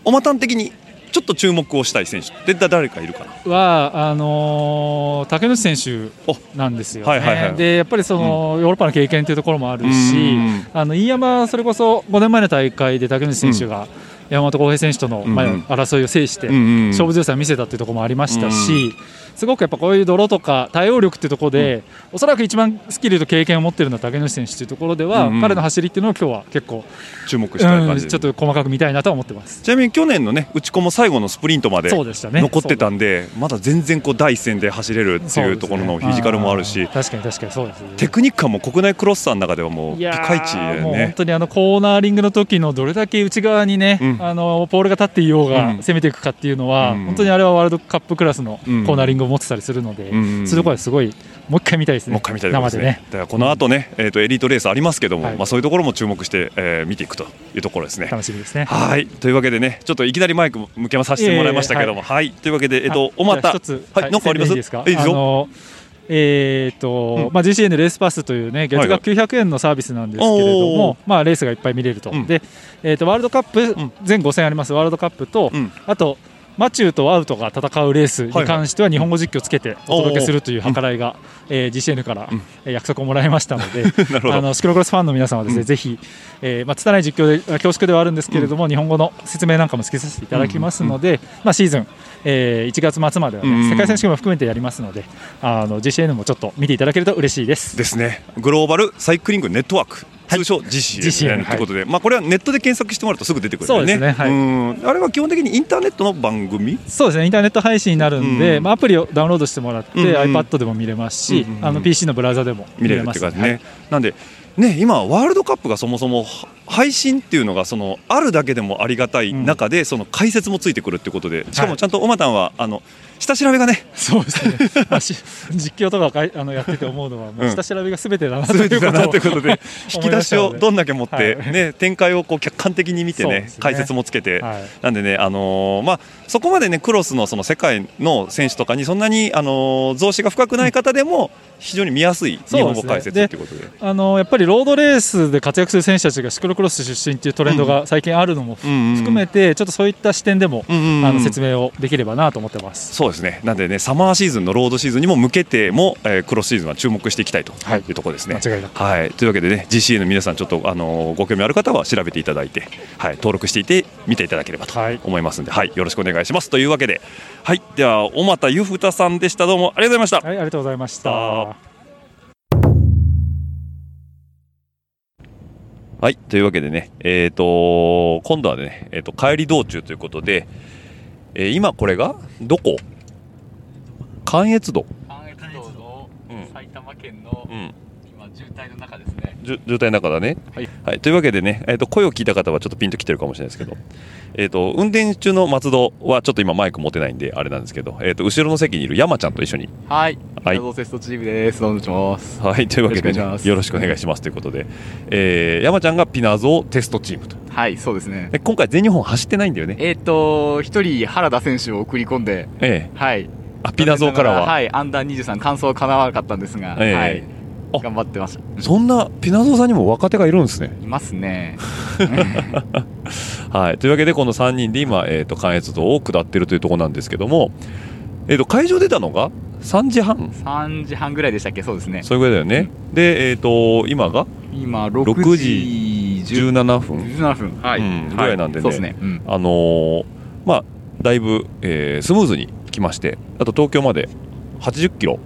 Speaker 3: おまたん的にちょっと注目をしたい選手ってだ誰かいるかな
Speaker 9: はあのー竹野内選手なんですよ、ね
Speaker 3: おはいはいはい
Speaker 9: でやっぱりその、ヨーロッパの経験というところもある
Speaker 3: う
Speaker 9: し
Speaker 3: ん
Speaker 9: あの飯山、それこそ5年前の大会で竹野内選手が、山本浩平選手とのまあ
Speaker 3: うんうん
Speaker 9: 争いを制して
Speaker 3: うんうん
Speaker 9: 勝負強さを見せたというところもありました
Speaker 3: うん
Speaker 9: しすごくやっぱこういう泥とか対応力というところでおそらく一番スキルと経験を持っているのは竹野内選手というところでは
Speaker 3: うんうん
Speaker 9: 彼の走りっていうのを今日は結構
Speaker 3: 注目したい感じ
Speaker 9: うん
Speaker 3: で
Speaker 9: ちょっと細かく見たいなとは思ってます。
Speaker 3: ちなみに去年のね打ち子も最後のスプリントまで
Speaker 9: そうでしたね
Speaker 3: 残ってたんでまだ全然こう第一線で走れるって
Speaker 9: そう
Speaker 3: い
Speaker 9: です
Speaker 3: う
Speaker 9: ね
Speaker 3: ところのフィジカルもあるし
Speaker 9: 確かに確かにそうですね
Speaker 3: テクニックはもう国内クロスターの中ではもう
Speaker 9: い
Speaker 3: ピ
Speaker 9: やー
Speaker 3: カイチだよ
Speaker 9: もう本
Speaker 3: ね。
Speaker 9: 当にあのコーナーリングの時のどれだけ内側にね、あのポールが立っていよう
Speaker 3: う
Speaker 9: が
Speaker 3: ん
Speaker 9: 攻めていくかっていうのは、
Speaker 3: うん
Speaker 9: 本当にあれはワールドカップクラスのコ
Speaker 3: うん
Speaker 9: ーナーリングを持ってたりするので、
Speaker 3: うん
Speaker 9: そういうところはすごいもう一回見たいですね。
Speaker 3: もう一回見たいところですね
Speaker 9: 生でね
Speaker 3: だからこの後ね、えっ、とエリートレースありますけども、
Speaker 9: はい
Speaker 3: まあそういうところも注目して、えー見ていくというところですね。
Speaker 9: 楽しみですね。
Speaker 3: はいというわけでねちょっといきなりマイク向けまさせてもらいましたけども、
Speaker 9: いえいえ
Speaker 3: はい、というわけでえっ、と
Speaker 9: あ
Speaker 3: おまた
Speaker 9: じゃ一つ
Speaker 3: はいなんかあります
Speaker 9: 宣伝いいですか
Speaker 3: いいですよ
Speaker 9: あのえーと
Speaker 3: うん
Speaker 9: まあ、GCN レースパスという、ね、月額900円のサービスなんですけれども、
Speaker 3: おー
Speaker 9: まあ、レースがいっぱい見れると,、でえー、とワールドカップ、全5戦ありますワールドカップと、あとマチューとアウトが戦うレースに関しては日本語実況つけてお届けするという計らいが、えー GCN からえー約束をもらいましたので
Speaker 3: なるほど
Speaker 9: あのシクロクロスファンの皆さんはです、ねぜひ、えーまあ、拙い実況であ恐縮ではあるんですけれども、日本語の説明なんかもつけさせていただきますので、まあ、シーズン、えー1月末までは、ね
Speaker 3: うん
Speaker 9: 世界選手権も含めてやりますのであの GCN もちょっと見ていただけると嬉しいです。
Speaker 3: ですねグローバルサイクリングネットワーク通称 GCN
Speaker 9: GCN
Speaker 3: ということで、まあ、これはネットで検索してもらうとすぐ出てくるん
Speaker 9: そうですねはい
Speaker 3: うんあれは基本的にインターネットの番組
Speaker 9: そうですねインターネット配信になるんで、
Speaker 3: うん
Speaker 9: まあ、アプリをダウンロードしてもらって、
Speaker 3: うんうん
Speaker 9: iPad でも見れますし、
Speaker 3: うんうん
Speaker 9: あの PC のブラウザでも
Speaker 3: 見
Speaker 9: 見
Speaker 3: れる
Speaker 9: れ
Speaker 3: っ
Speaker 9: ま
Speaker 3: てい
Speaker 9: す
Speaker 3: う感じね。なんでね、今、ワールドカップがそもそもは配信っていうのがそのあるだけでもありがたい中で、その解説もついてくるってことでしかもちゃんとオマタンはあの下調べがね
Speaker 9: そうですね 実況とかかいあのやってて思うのはもう下調べがすべてだなとい
Speaker 3: 全て
Speaker 9: うこと
Speaker 3: だ
Speaker 9: を
Speaker 3: なということで 引き出しをどんだけ持っ
Speaker 9: はい
Speaker 3: て、ね、展開をこう客観的に見て
Speaker 9: そう
Speaker 3: ね
Speaker 9: ですね
Speaker 3: 解説もつけて、
Speaker 9: はい
Speaker 3: なんでね、あのーまあ、そこまでねクロスのその世界の選手とかにそんなに、あのー、増資が深くない方でも非常に見やすい日本語解説っていうことで。
Speaker 9: あのやっぱりロードレースで活躍する選手たちがシクロクロス出身っていうトレンドが最近あるのもふ含めてちょっとそういった視点でも、あの説明をできればなと思ってます。
Speaker 3: そうですねなんでねサマーシーズンのロードシーズンにも向けても、えークロスシーズンは注目していきたいというところですね。はい、
Speaker 9: 間違いな
Speaker 3: というわけでね GCA の皆さんちょっと、あのーご興味ある方は調べていただいて、はい、登録していて見ていただければと思いますので、はいよろしくお願いしますというわけではいでは小俣ゆふたさんでしたどうもありがとうございました。
Speaker 9: はい、ありがとうございました。
Speaker 3: はい、というわけでね、えー、と今度はね、えー、と帰り道中ということで、えー今これがどこ関越道
Speaker 10: 埼玉県の
Speaker 3: うん
Speaker 10: 今渋滞の中ですね。
Speaker 3: じゅ渋滞の中だね、はいというわけでね、えー、と声を聞いた方はちょっとピンときてるかもしれないですけど、えー、と運転中の松戸はちょっと今マイク持てないんであれなんですけど、えー、と後ろの席にいる山ちゃんと一緒に
Speaker 10: はい。
Speaker 3: はい
Speaker 10: 共同テストチームです。どうもします。
Speaker 3: はい、というわけで、ね、
Speaker 10: よ
Speaker 3: よ
Speaker 10: ろ
Speaker 3: ろ
Speaker 10: しくお願いし
Speaker 3: しくお願いしますということで、えー山ちゃんがピナーズをテストチームと。
Speaker 10: ます。はい、そうですね。
Speaker 3: え今回全日本走ってないんだよね。
Speaker 10: えっ、と、一人原田選手を送り込んで、
Speaker 3: ええ
Speaker 10: はい。
Speaker 3: あピナゾーからは
Speaker 10: はい、アンダー23、完走かなわなかったんですが、
Speaker 3: ええ
Speaker 10: はい。頑張ってました。
Speaker 3: そんなピナゾーさんにも若手がいるんですね。
Speaker 10: いますね。
Speaker 3: はい、というわけでこの3人で今、えー、と関越道を下ってるというところなんですけども、えー、と会場出たのが3時半
Speaker 10: 3時半ぐらいでしたっけ、そうですね。
Speaker 3: それぐらいだよね、で、えー、と今が
Speaker 10: 今
Speaker 3: 6時17分
Speaker 10: 17分、はい
Speaker 3: うんぐらいなんでね,、
Speaker 10: はいそうですねうん
Speaker 3: あのーまあだいぶ、えースムーズに来ましてあと東京まで80キロ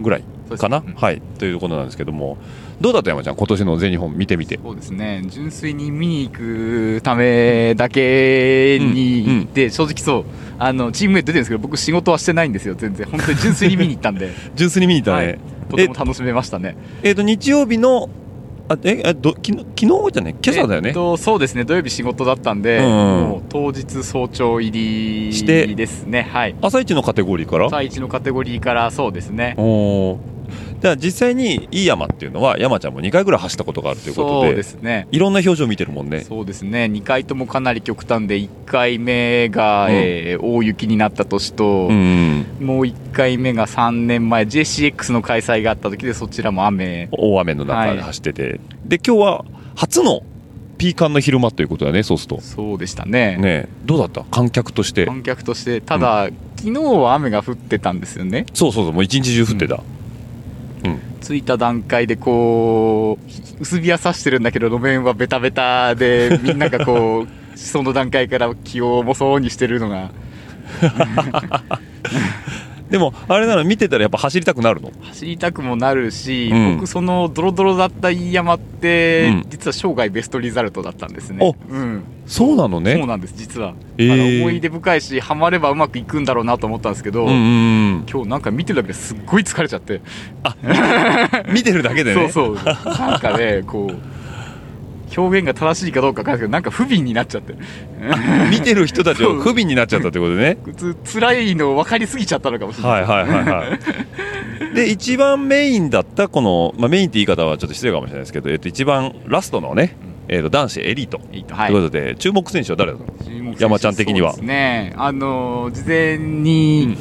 Speaker 3: ぐらいかな、はいということなんですけどもどうだった山ちゃん今年の全日本見てみて
Speaker 10: そうですね純粋に見に行くためだけに行って、正直そうあのチームメイト出てるんですけど僕仕事はしてないんですよ全然本当に純粋に見に行ったん で
Speaker 3: 純粋に見に行ったね、
Speaker 10: とても楽しめましたね
Speaker 3: えっ、と日曜日のあえあど昨日昨日じゃね今朝だよね、
Speaker 10: えっとそうですね土曜日仕事だったんで、
Speaker 3: うん
Speaker 10: もう当日早朝入りですねはい
Speaker 3: 朝一のカテゴリーから
Speaker 10: 朝一のカテゴリーからそうですね
Speaker 3: おーじゃあ実際にいい山っていうのは山ちゃんも2回ぐらい走ったことがあるということで
Speaker 10: そうですね
Speaker 3: いろんな表情見てるもんね
Speaker 10: そうですね2回ともかなり極端で1回目が、えー大雪になった年と、もう1回目が3年前 JCX の開催があった時でそちらも雨
Speaker 3: 大雨の中で走ってて、で今日は初のピーカンの昼間ということだねそうすると
Speaker 10: そうでしたね
Speaker 3: ねどうだった観客として
Speaker 10: 観客としてただ、昨日は雨が降ってたんですよね
Speaker 3: そうそうそうもう一日中降ってた、
Speaker 10: 着いた段階でこうひ薄日は差してるんだけど路面はベタベタでみんながこうその段階から気を重そうにしてるのが
Speaker 3: でもあれなら見てたらやっぱ走りたくなるの
Speaker 10: 走りたくもなるし、
Speaker 3: うん
Speaker 10: 僕そのドロドロだった飯山って、
Speaker 3: うん
Speaker 10: 実は生涯ベストリザルトだったんですね、うん、
Speaker 3: そうなのね
Speaker 10: そうなんです実は、
Speaker 3: えー
Speaker 10: あの思い出深いしハマればうまくいくんだろうなと思ったんですけど、
Speaker 3: うんうんうん
Speaker 10: 今日なんか見てるだけですっごい疲れちゃって
Speaker 3: 見てるだけでね
Speaker 10: そうそうなんかねこう表現が正しいかどうかわかんないですけどなんか不憫になっちゃって
Speaker 3: 見てる人たちを不憫になっちゃったってことね
Speaker 10: つ辛いの分かりすぎちゃったのかもしれな
Speaker 3: は
Speaker 10: い
Speaker 3: いはいはいはい。で一番メインだったこの、まあ、メインって言い方はちょっと失礼かもしれないですけど、えっと、一番ラストのね、えっと、男子エリートということで、注目選手は誰だと
Speaker 10: 思う
Speaker 3: 山ちゃん的には
Speaker 10: そうですねあのー事前に、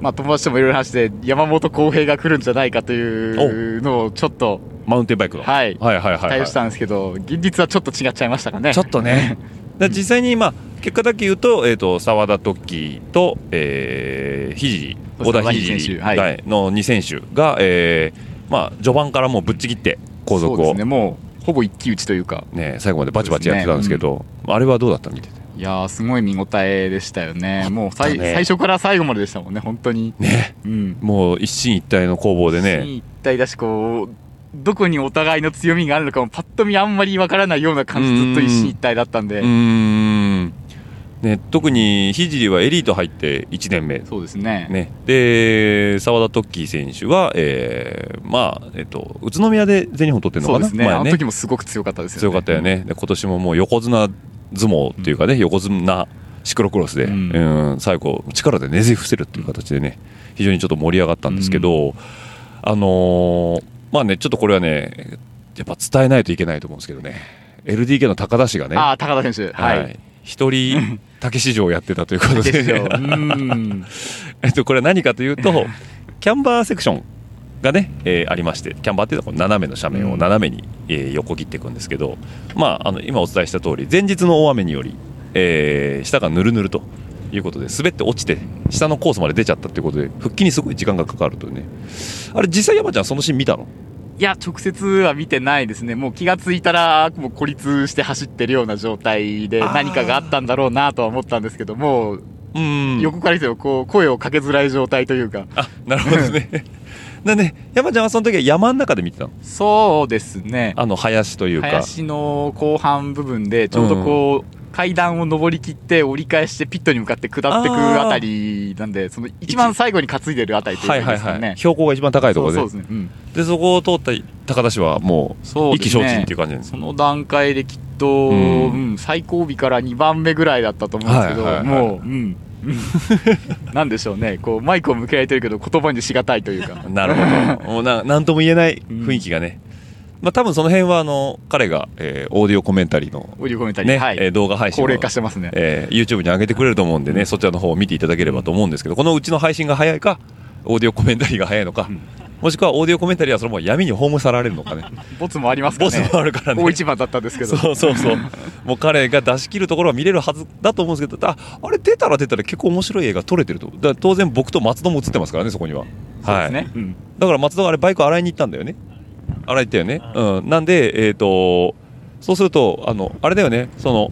Speaker 10: まあ、友達ともいろいろ話して山本浩平が来るんじゃないかというのをちょっと
Speaker 3: マウンテンバイクの、
Speaker 10: はい
Speaker 3: はいはいはいはい
Speaker 10: 期待したんですけど現実はちょっと違っちゃいましたかね
Speaker 3: ちょっとねだから実際に、まあ、結果だけ言うと,、えっと澤田時輝と、えー、肘
Speaker 10: そう
Speaker 3: 小
Speaker 10: です
Speaker 3: 田
Speaker 10: ね
Speaker 3: 肘
Speaker 10: 肘選手はい
Speaker 3: の2選手が、えーまあ、序盤からもうぶっちぎって後続を
Speaker 10: そうですねもうほぼ一騎打ちというか
Speaker 3: ね、最後までバチバチやってたんですけどあれはどうだった見てて
Speaker 10: いやーすごい見応えでしたよねもうさい
Speaker 3: あったね
Speaker 10: 最初から最後まででしたもんね本当に
Speaker 3: ね、もう一進一退の攻防でね
Speaker 10: 一体だしこうどこにお互いの強みがあるのかもパッと見あんまりわからないような感じずっと一進一退だったんで
Speaker 3: うーんね特に聖はエリート入って1年目
Speaker 10: そうですね
Speaker 3: で澤田時輝選手は、えーまあえっと宇都宮で全日本取ってるの
Speaker 10: そ
Speaker 3: か
Speaker 10: うで
Speaker 3: な
Speaker 10: すね
Speaker 3: 前
Speaker 10: あの時もすごく強かったですよね
Speaker 3: 強かったよね、で今年ももう横綱相撲っていうかね、横綱シクロクロスで、うん最後力でねじ伏せるっていう形でね非常にちょっと盛り上がったんですけど、あのーまあねちょっとこれはねやっぱ伝えないといけないと思うんですけどね LDK の高田氏がね
Speaker 10: ああ高田選手はい
Speaker 3: 一人竹市場をやってたということで
Speaker 10: 竹市場う
Speaker 3: えっとこれは何かというとキャンバーセクションがね、えーありましてキャンバーっていうのはこの斜めの斜面を斜めに、えー横切っていくんですけど、まあ、あの今お伝えした通り前日の大雨により、えー下がぬるぬるということで滑って落ちて下のコースまで出ちゃったということで復帰にすごい時間がかかるというねあれ実際山ちゃんそのシーン見たの
Speaker 10: いや直接は見てないですねもう気がついたらもう孤立して走ってるような状態で何かがあったんだろうなとは思ったんですけども横から見てもこう声をかけづらい状態というか
Speaker 3: なるほどね なんで山ちゃんはその時は山の中で見てたの
Speaker 10: そうですね
Speaker 3: あの林というか
Speaker 10: 林の後半部分でちょうどこう、階段を上り切って折り返してピットに向かって下ってくあたりなんでその一番最後に担いでるあたりというか
Speaker 3: はい
Speaker 10: い
Speaker 3: はい
Speaker 10: ですか
Speaker 3: はい、
Speaker 10: ね、
Speaker 3: 標高が一番高いところで
Speaker 10: そうそうですねうん
Speaker 3: でそこを通った高田氏はもう
Speaker 10: そう
Speaker 3: 意
Speaker 10: です
Speaker 3: 気
Speaker 10: ね
Speaker 3: 消沈っていう感じなんです
Speaker 10: その段階できっと、
Speaker 3: う
Speaker 10: うんん最後尾から2番目ぐらいだったと思うんですけど、
Speaker 3: はいはいはい
Speaker 10: もう、うん、 なんでしょうねこうマイクを向けられてるけど言葉にしがたいというか
Speaker 3: なるほどもうななんとも言えない雰囲気がね、まあ多分その辺はあの彼が、えーオーディオコメンタリーの
Speaker 10: オーディオコメンタリー
Speaker 3: ね
Speaker 10: はい
Speaker 3: えー動画配信を
Speaker 10: 高齢化してますね
Speaker 3: えー YouTube に上げてくれると思うんでね、そちらの方を見ていただければと思うんですけどこのうちの配信が早いかオーディオコメンタリーが早いのか、もしくはオーディオコメンタリーはそのまま闇に葬さられるのかね
Speaker 10: ボツもありますかね
Speaker 3: ボツもあるからね
Speaker 10: 大一番だったんですけど
Speaker 3: そうそう そうもう彼が出し切るところは見れるはずだと思うんですけどああれ出たら出たら結構面白い映画撮れてるとだから当然僕と松戸も映ってますからねそこには
Speaker 10: そうですね、
Speaker 3: はい
Speaker 10: うん
Speaker 3: だから松戸があれバイク洗いに行ったんだよね洗いに行ったよね、うん、なんでえっ、とそうするとあのあれだよねその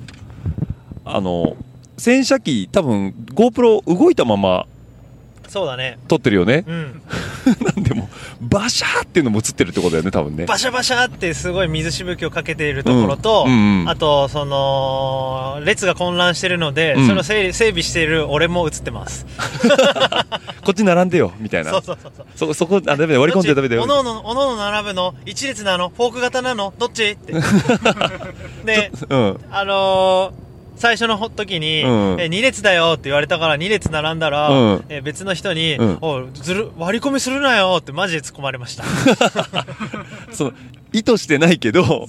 Speaker 3: あの洗車機多分 GoPro 動いたまま
Speaker 11: そうだね
Speaker 3: 撮ってるよね、
Speaker 11: うん
Speaker 3: なんでもバシャーっていうのも映ってるってことだよね多分ね
Speaker 11: バシャバシャってすごい水しぶきをかけているところと、
Speaker 3: うんうんうん
Speaker 11: あとその列が混乱してるので、
Speaker 3: うん
Speaker 11: それを整理整備している俺も映ってます
Speaker 3: こっち並んでよみたいな
Speaker 11: そうそうそうそう
Speaker 3: そこそこあダメだよ割り込んじゃダメだ
Speaker 11: ど
Speaker 3: よ
Speaker 11: っちおのおのおのおの並ぶの一列なのフォーク型なのどっちってで
Speaker 3: うん
Speaker 11: あのー最初のほ時に、
Speaker 3: うん
Speaker 11: え2列だよって言われたから2列並んだら、
Speaker 3: うん
Speaker 11: え別の人に、
Speaker 3: うん
Speaker 11: おいずる割り込みするなよってマジで突っ込まれました
Speaker 3: その意図してないけど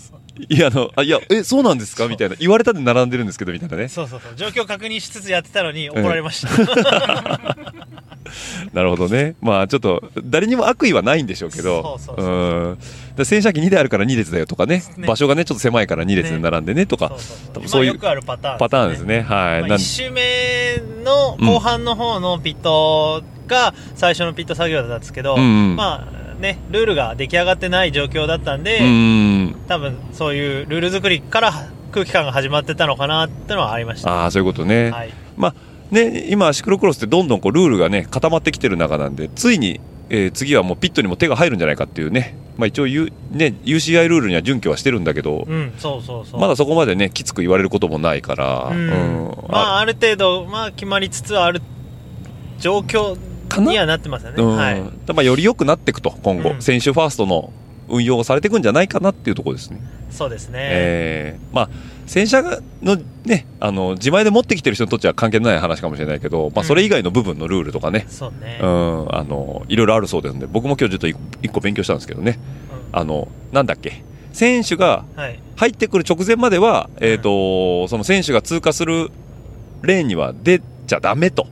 Speaker 3: いやあのあいやえそうなんですかみたいな言われたんで並んでるんですけどみたいなね
Speaker 11: そうそうそう状況確認しつつやってたのに怒られ ました、
Speaker 3: なるほどねまあちょっと誰にも悪意はないんでしょうけど
Speaker 11: そううそうそうそ
Speaker 3: ーんだ洗車機2台あるから2列だよとかね
Speaker 11: ね
Speaker 3: 場所がねちょっと狭いから2列で並んでねとか多分そう
Speaker 11: まあ
Speaker 3: いう
Speaker 11: よくあるパターンですね
Speaker 3: パターンですねはい
Speaker 11: ま
Speaker 3: な
Speaker 11: あ、
Speaker 3: ん
Speaker 11: 1周目の後半の方のピットが最初のピット作業だったんですけど、
Speaker 3: うんうん
Speaker 11: まあね、ルールが出来上がってない状況だったんで、
Speaker 3: うーん
Speaker 11: 多分そういうルール作りから空気感が始まってたのかなってのはありました。
Speaker 3: ああそういうことね、
Speaker 11: はい
Speaker 3: まあね今シクロクロスってどんどんこうルールがね固まってきてる中なんでついに、えー次はもうピットにも手が入るんじゃないかっていうねまあ一応、U ね、UCI ルールには準拠はしてるんだけど、
Speaker 11: うん、そうそうそう。
Speaker 3: まだそこまでねきつく言われることもないから、
Speaker 11: うん
Speaker 3: うん
Speaker 11: まあ、ある程度、まあ、決まりつつある状況にはなってますよね。
Speaker 3: うん
Speaker 11: はい。
Speaker 3: だからより良くなっていくと今後、選手ファーストの運用がされていくんじゃないかなっていうところですね。
Speaker 11: そうですね。
Speaker 3: えーまあ、洗車の,、ね、あの自前で持ってきてる人にとっては関係ない話かもしれないけど、まあ、それ以外の部分のルールとかね,、
Speaker 11: そうね
Speaker 3: ん、あのいろいろあるそうですので僕も今日ちょっと一一個勉強したんですけどね、あのなんだっけ選手が
Speaker 11: はい
Speaker 3: 入ってくる直前までは、えーとその選手が通過するレーンには出ちゃだめと。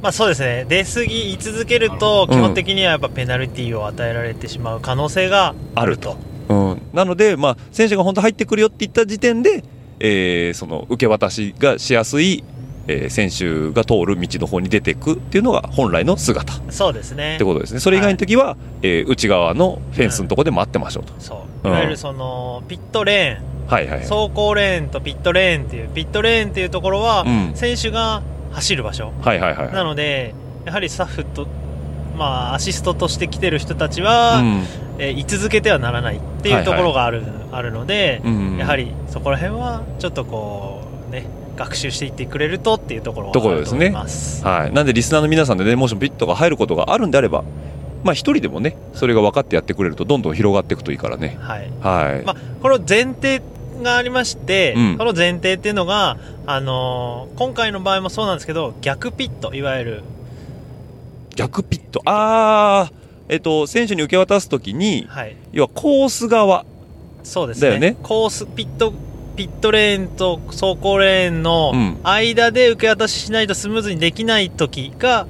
Speaker 11: まあそうですね、出過ぎ言い続けると、基本的にはやっぱペナルティーを与えられてしまう可能性が
Speaker 3: あると。うん、なので、まあ、選手が本当入ってくるよって言った時点で、えーその受け渡しがしやすい、えー選手が通る道の方に出ていくっていうのが本来の姿っ
Speaker 11: そうですね。
Speaker 3: てことですね。それ以外の時は、えー内側のフェンスのところで待ってましょうと。
Speaker 11: そういわゆるそのピットレーン、
Speaker 3: はいはいはい
Speaker 11: 走行レーンとピットレーンっていうピットレーンっていうところは、
Speaker 3: うん
Speaker 11: 選手が走る場所、
Speaker 3: はいはいはい
Speaker 11: なのでやはりスタッフとまあアシストとして来てる人たちは、
Speaker 3: うん
Speaker 11: えー居続けてはならないっていうところがある,、あるので、
Speaker 3: うんうんうん
Speaker 11: やはりそこら辺はちょっとこうね学習していってくれるとっていうところは
Speaker 3: ところですね。
Speaker 11: あると思います
Speaker 3: はい、なんでリスナーの皆さんでねもしもピットが入ることがあるんであれば、まあ、一人でもねそれが分かってやってくれるとどんどん広がっていくといいからね。
Speaker 11: はい
Speaker 3: はい
Speaker 11: まあ、この前提がありまして、
Speaker 3: うん
Speaker 11: この前提っていうのが、あのー今回の場合もそうなんですけど逆ピットいわゆる
Speaker 3: 逆ピットあー、えっと選手に受け渡すときに、
Speaker 11: はい
Speaker 3: 要はコース側
Speaker 11: そうですね
Speaker 3: だよね
Speaker 11: コースピットピットレーンと走行レーンの
Speaker 3: うん
Speaker 11: 間で受け渡ししないとスムーズにできない時が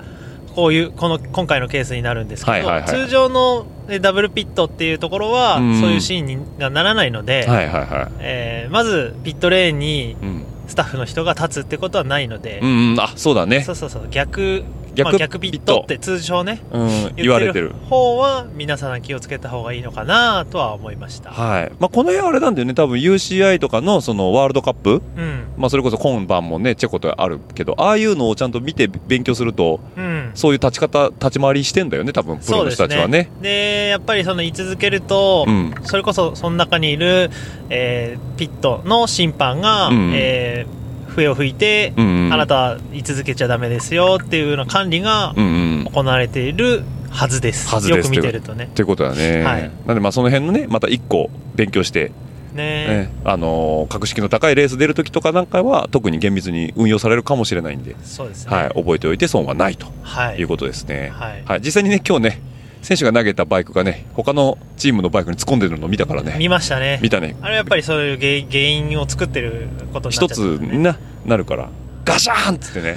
Speaker 11: こういうこの今回のケースになるんですけど、
Speaker 3: はいはいはい
Speaker 11: 通常のえダブルピットっていうところは
Speaker 3: うん
Speaker 11: そういうシーンにがならないので、
Speaker 3: はいはいはい
Speaker 11: えーまずピットレーンに
Speaker 3: うん
Speaker 11: スタッフの人が立つってことはないので、
Speaker 3: うんうんあそうだね
Speaker 11: そうそうそう逆
Speaker 3: 逆
Speaker 11: まあ、逆ピットって通常ね、
Speaker 3: うん言われてる
Speaker 11: 方は皆さん気をつけた方がいいのかなとは思いました
Speaker 3: はいまあ、この辺あれなんだよね多分 UCI とかのそのワールドカップ、
Speaker 11: うん
Speaker 3: まあ、それこそ今晩もねチェコとあるけどああいうのをちゃんと見て勉強すると、
Speaker 11: うん
Speaker 3: そういう立ち方立ち回りしてんだよね多分プロの人たちはね。
Speaker 11: でやっぱりその居続けると、
Speaker 3: うん
Speaker 11: それこそその中にいる、えーピットの審判が、
Speaker 3: うん
Speaker 11: えー笛を吹いて、
Speaker 3: うんうん
Speaker 11: あなたは居続けちゃダメですよっていうような管理が
Speaker 3: うんうん
Speaker 11: 行われているはずです,、
Speaker 3: はず
Speaker 11: よ
Speaker 3: で
Speaker 11: く
Speaker 3: す
Speaker 11: 見てるとね
Speaker 3: ということだね、
Speaker 11: はい
Speaker 3: なんでまあその辺のねまた1個勉強して、
Speaker 11: ね
Speaker 3: ねあのー格式の高いレース出るときとかなんかは特に厳密に運用されるかもしれないんで
Speaker 11: そうです
Speaker 3: はい、覚えておいて損はないと
Speaker 11: はい
Speaker 3: いうことですね、
Speaker 11: はい
Speaker 3: 実際にね今日ね選手が投げたバイクがね他のチームのバイクに突っ込んでるのを見たからね
Speaker 11: 見ましたね
Speaker 3: 見たね
Speaker 11: あれはやっぱりそういう原原因を作ってることになっ
Speaker 3: 一
Speaker 11: ちゃっ
Speaker 3: つななるからガシャーンっつってね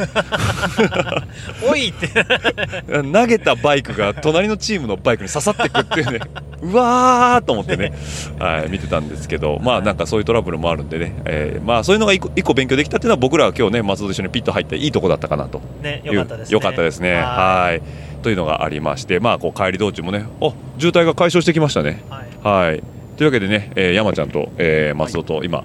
Speaker 11: おいって
Speaker 3: 投げたバイクが隣のチームのバイクに刺さってくってい うねうわーと思ってね、はい、見てたんですけどまあなんかそういうトラブルもあるんでね、えーまあそういうのが一個一個勉強できたっていうのは僕らは今日ね松戸と一緒にピット入っていいとこだったかなと
Speaker 11: ね
Speaker 3: いう
Speaker 11: よかったですね
Speaker 3: よかったですね
Speaker 11: は
Speaker 3: はいというのがありましてまあこう帰り道中もねお渋滞が解消してきましたねはい、というわけでね、えー山ちゃんと、えー松戸と今、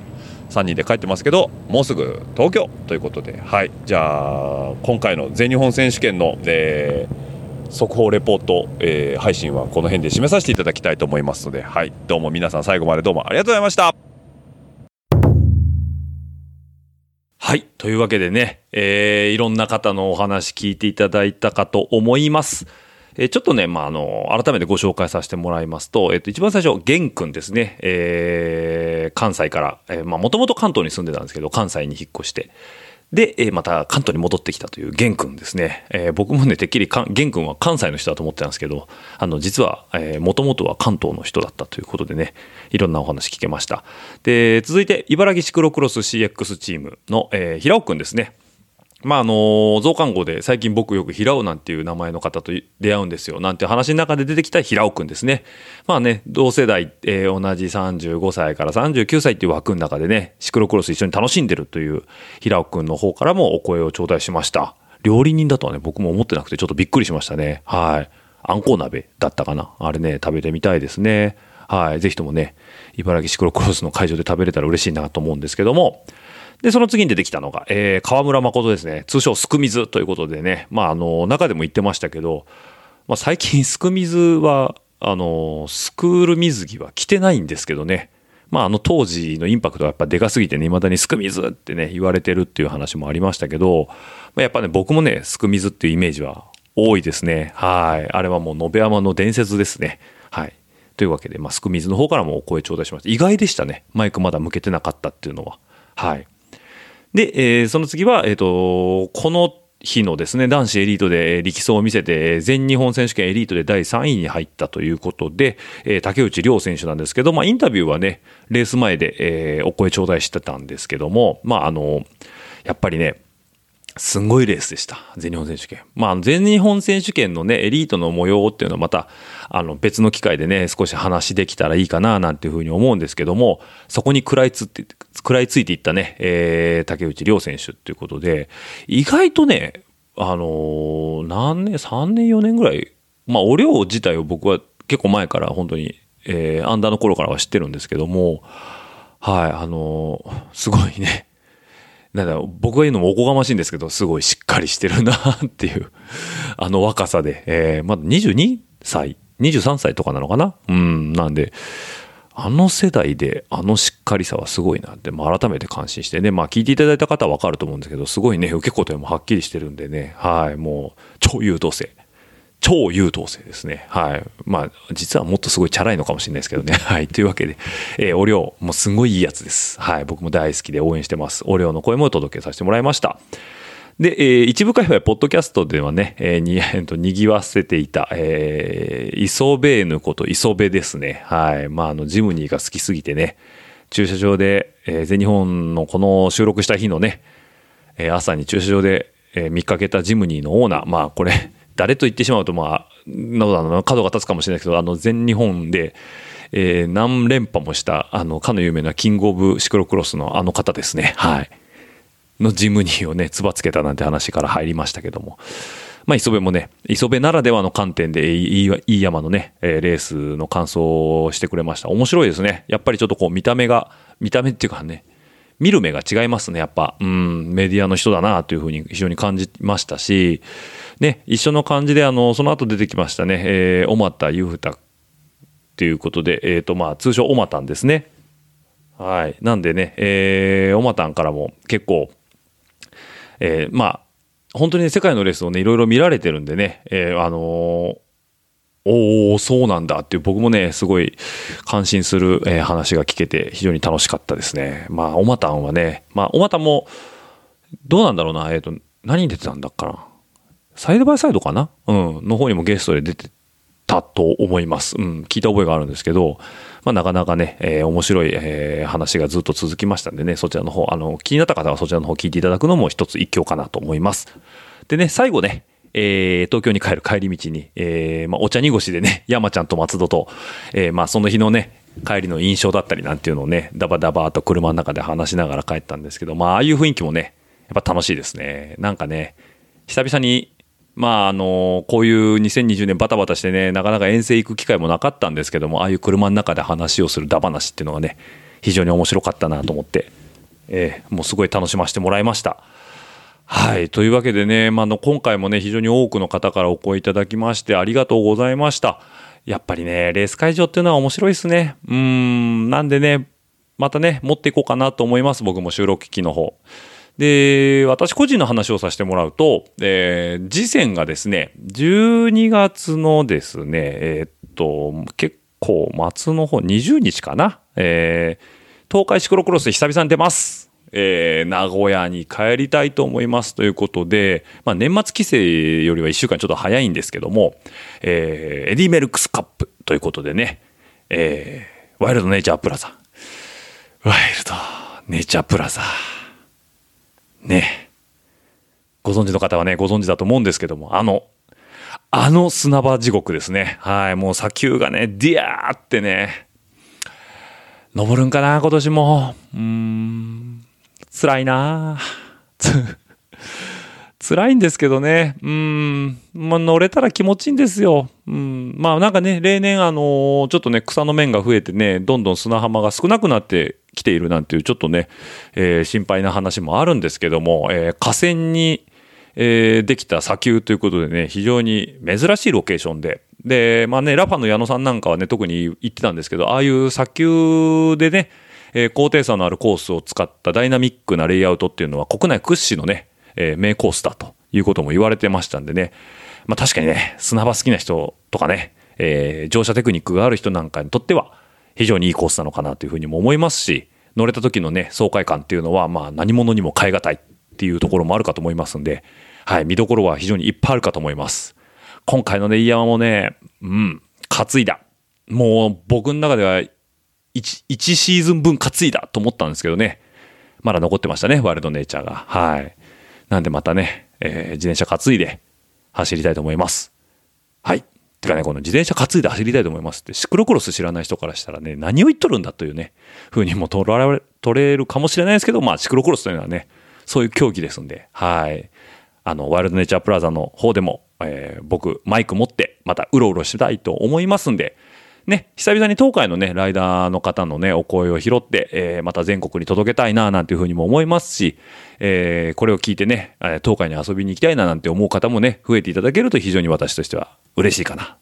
Speaker 3: 3人で帰ってますけどもうすぐ東京ということで、はい、じゃあ今回の全日本選手権の、えー速報レポート、えー配信はこの辺で締めさせていただきたいと思いますので、はい、どうも皆さん最後までどうもありがとうございました。
Speaker 1: はい。というわけでね、えーいろんな方のお話聞いていただいたかと思います。えーちょっとね、まあ、あの、改めてご紹介させてもらいますと、えっ、と、一番最初、玄くんですね、えー関西から、えーまあ、もともと関東に住んでたんですけど、関西に引っ越して、で、えーまた関東に戻ってきたという玄くんですね。えー僕もね、てっきりかん玄くんは関西の人だと思ってたんですけど、あの、実は、えー、もともとは関東の人だったということでね、いろんなお話聞けました。で、続いて、茨城シクロクロス CX チームの、えー平尾くんですね。まああの増刊号で最近僕よく平尾なんていう名前の方と出会うんですよなんて話の中で出てきた平尾くんですね。まあね同世代、えー同じ35歳から39歳っていう枠の中でねシクロクロス一緒に楽しんでるという平尾くんの方からもお声を頂戴しました。料理人だとはね僕も思ってなくてちょっとびっくりしましたね。はい。あんこう鍋だったかなあれね食べてみたいですね。はい、ぜひともね、茨城シクロクロスの会場で食べれたら嬉しいなと思うんですけども、で、その次に出てきたのが、えー河村誠ですね。通称、すくみずということでね、まあ、あの、中でも言ってましたけど、まあ、最近、 すくみずは、あの、スクール水着は着てないんですけどね、まあ、あの当時のインパクトがやっぱでかすぎてね、未だにすくみずってね、言われてるっていう話もありましたけど、まあ、やっぱね、僕もね、すくみずっていうイメージは多いですね。はい。あれはもう、野辺山の伝説ですね。はい。というわけで、まあ、すくみずの方からもお声頂戴しました。意外でしたね。マイクまだ向けてなかったっていうのは。はい。で、えーその次は、えっ、と、この日のですね、男子エリートでえー力走を見せて、えー全日本選手権エリートで第3位に入ったということで、えー竹内涼選手なんですけど、まあ、インタビューはね、レース前で、えーお声頂戴してたんですけども、まあ、あの、やっぱりね、すんごいレースでした。全日本選手権。まあ、全日本選手権のね、エリートの模様っていうのはまた、あの、別の機会でね、少し話できたらいいかな、なんていうふうに思うんですけども、そこに食らいつって、食らいついていったね、えー、竹内涼選手っていうことで、意外とね、あのー何年、3年、4年ぐらい、まあ、お量自体を僕は結構前から本当に、えー、アンダーの頃からは知ってるんですけども、はい、あのーすごいね、なんだろう僕が言うのもおこがましいんですけど、すごいしっかりしてるなっていう、 あの若さで、えーまだ22歳、23歳とかなのかなうん、なんで、あの世代であのしっかりさはすごいなって、まあ、改めて感心してね、まあ聞いていただいた方はわかると思うんですけど、すごいね、受け答えもはっきりしてるんでね、はい、もう超優等生。超優等生ですね。はい。まあ、実はもっとすごいチャラいのかもしれないですけどね。 はい。というわけで、えー、お涼、もうすごいいいやつです。はい。僕も大好きで応援してます。お涼の声もお届けさせてもらいました。で、えー一部会話ポッドキャストではね、えーに、えーと、にぎわせていた、えー、磯ベーヌこと磯部ですね。はい。まあ、あの、ジムニーが好きすぎてね、駐車場で、えー全日本のこの収録した日のね、えー朝に駐車場で、えー見かけたジムニーのオーナー、まあこれ、 誰と言ってしまうと、まあ、などなど角が立つかもしれないですけど、あの全日本で、えー何連覇もした、あの、かの有名なキングオブシクロクロスのあの方ですね。はい。のジムニーをね、つばつけたなんて話から入りましたけども。まあ、磯部もね、磯部ならではの観点で、いいいい山のね、えーレースの感想をしてくれました。面白いですね。やっぱりちょっとこう、見た目が、見た目っていうかね、見る目が違いますね、やっぱ。うん、メディアの人だな、というふうに非常に感じましたし、ね、一緒の感じで、あの、その後出てきましたね、えー、小俣裕太ということで、えっ、と、まあ、通称、小俣ですね。はい。なんでね、えー、小俣からも結構、えーまあ、本当にね、世界のレースをね、いろいろ見られてるんでね、えーあのーおおそうなんだっていう僕もねすごい感心する、えー話が聞けて非常に楽しかったですねまあおまたんはねまあおまたんもどうなんだろうなえっ、と何に出てたんだっかなサイドバイサイドかなうんの方にもゲストで出てたと思います。うん、聞いた覚えがあるんですけど、まあ、なかなかね、えー面白い、えー話がずっと続きましたんでね、そちらの方、あの、気になった方はそちらの方聞いていただくのも一つ一興かなと思います。でね、最後ね、えー東京に帰る帰り道に、えーまあ、お茶濁しでね、 山ちゃんと松戸と、えーまあ、その日のね、帰りの印象だったりなんていうのをね、ダバダバーと車の中で話しながら帰ったんですけど、まあ、ああいう雰囲気もね、やっぱ楽しいですね。なんかね、久々にまああのこういう2020年バタバタしてねなかなか遠征行く機会もなかったんですけどもああいう車の中で話をするダ話っていうのがね非常に面白かったなと思って、えーもうすごい楽しませてもらいました。はい。というわけでね、まあ、あの、今回もね、非常に多くの方からお声いただきまして、ありがとうございました。やっぱりね、レース会場っていうのは面白いですね。うーん、なんでね、またね、持っていこうかなと思います。僕も収録機器の方。で、私個人の話をさせてもらうと、えー、次戦がですね、12月のですね、えーっと、結構末の方、20日かな、えー、東海シクロクロス久々に出ます。えー、名古屋に帰りたいと思いますということで、まあ、年末帰省よりは1週間ちょっと早いんですけども、えーエディ・メルクスカップということでね、えーワイルドネイチャープラザ。ワイルドネイチャープラザ。ねご存知の方はね、ご存知だと思うんですけども、あの、あの砂場地獄ですね。はい、もう砂丘がね、ディアーってね、登るんかな、今年も。うーん、辛いなつ、辛いんですけどね。うん。まあ、乗れたら気持ちいいんですよ。うん。まあ、なんかね、例年、あのーちょっとね、草の面が増えてね、どんどん砂浜が少なくなってきているなんていう、ちょっとね、えー心配な話もあるんですけども、えー河川に、えーできた砂丘ということでね、非常に珍しいロケーションで。で、まあね、ラパの矢野さんなんかはね、特に言ってたんですけど、ああいう砂丘でね、えー高低差のあるコースを使ったダイナミックなレイアウトっていうのは国内屈指のね、えー名コースだということも言われてましたんでね、まあ確かにね、砂場好きな人とかね、えー乗車テクニックがある人なんかにとっては、非常にいいコースなのかなというふうにも思いますし、乗れた時のね、爽快感っていうのは、まあ何者にも代え難いっていうところもあるかと思いますんで、はい、見どころは非常にいっぱいあるかと思います。今回のね、飯山もね、うん、担いだ。もう僕の中では 1, 1シーズン分担いだと思ったんですけどね、まだ残ってましたね、ワイルドネイチャーが。はい。なんでまたね、えー自転車担いで走りたいと思います。はい。てかね、この自転車担いで走りたいと思いますって、シクロクロス知らない人からしたらね、何を言っとるんだというね、風にも取られ、取れるかもしれないですけど、まあ、シクロクロスというのはね、そういう競技ですんで、はい。あの、ワイルドネイチャープラザの方でも、えー僕、マイク持って、またうろうろしたいと思いますんで、ね、久々に東海のね、ライダーの方のね、お声を拾って、えーまた全国に届けたいな、なんていうふうにも思いますし、えーこれを聞いてね、えー東海に遊びに行きたいな、なんて思う方もね、増えていただけると非常に私としては嬉しいかな、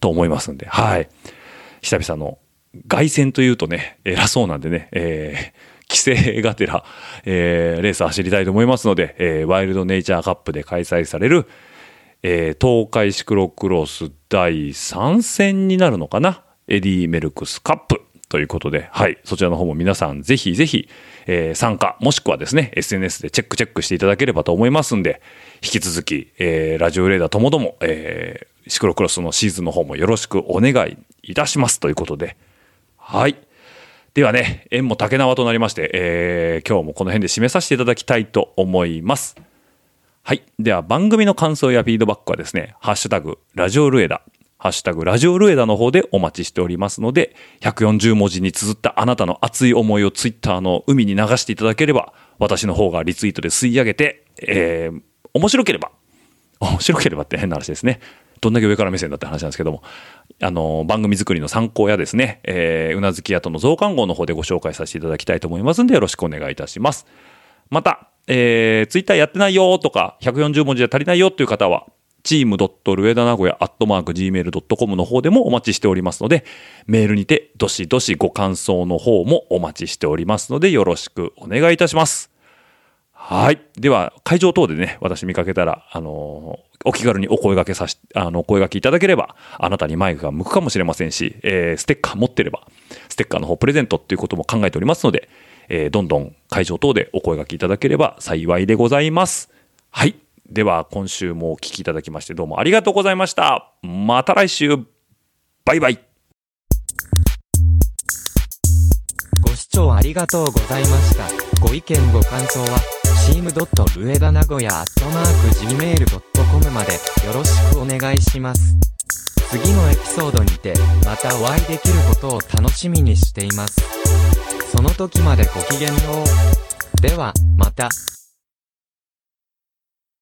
Speaker 1: と思いますんで、はい。久々の凱旋というとね、偉そうなんでね、えー規制がてら、えーレース走りたいと思いますので、えーワイルドネイチャーカップで開催される、えー東海シクロクロス第3戦になるのかなエディ・メルクスカップということで、はい、そちらの方も皆さんぜひぜひ、えー参加もしくはですね SNS でチェックチェックしていただければと思いますんで引き続き、えーラジオレーダーともども、えーシクロクロスのシーズンの方もよろしくお願いいたしますということではいではね縁も竹縄となりまして、えー今日もこの辺で締めさせていただきたいと思いますはい。では番組の感想やフィードバックはですね、ハッシュタグ、ラジオルエダ、ハッシュタグ、ラジオルエダの方でお待ちしておりますので、140文字に綴ったあなたの熱い思いをツイッターの海に流していただければ、私の方がリツイートで吸い上げて、えー、面白ければ、面白ければって変な話ですね。どんだけ上から目線だって話なんですけども、あの、番組作りの参考やですね、えー、うなずき屋との増刊号の方でご紹介させていただきたいと思いますんで、よろしくお願いいたします。また、えー、ツイッターやってないよとか、140文字じゃ足りないよという方は、チームルエダ名古屋アットマーク Gmail.com の方でもお待ちしておりますので、メールにてどしどしご感想の方もお待ちしておりますので、よろしくお願いいたします。はい。では、会場等でね、私見かけたら、あのーお気軽にお声掛けさし、あの、お声掛けいただければ、あなたにマイクが向くかもしれませんし、えーステッカー持ってれば、ステッカーの方プレゼントっていうことも考えておりますので、えーどんどん会場等でお声掛けいただければ幸いでございます。はい。では、今週もお聞きいただきまして、どうもありがとうございました。また来週、バイバイ。
Speaker 12: ご視聴ありがとうございました。ご意見ご感想は、チームドット上田名古屋アットマーク Gmail.com までよろしくお願いします。次のエピソードにて、またお会いできることを楽しみにしています。その時までごきげんよう。では、また。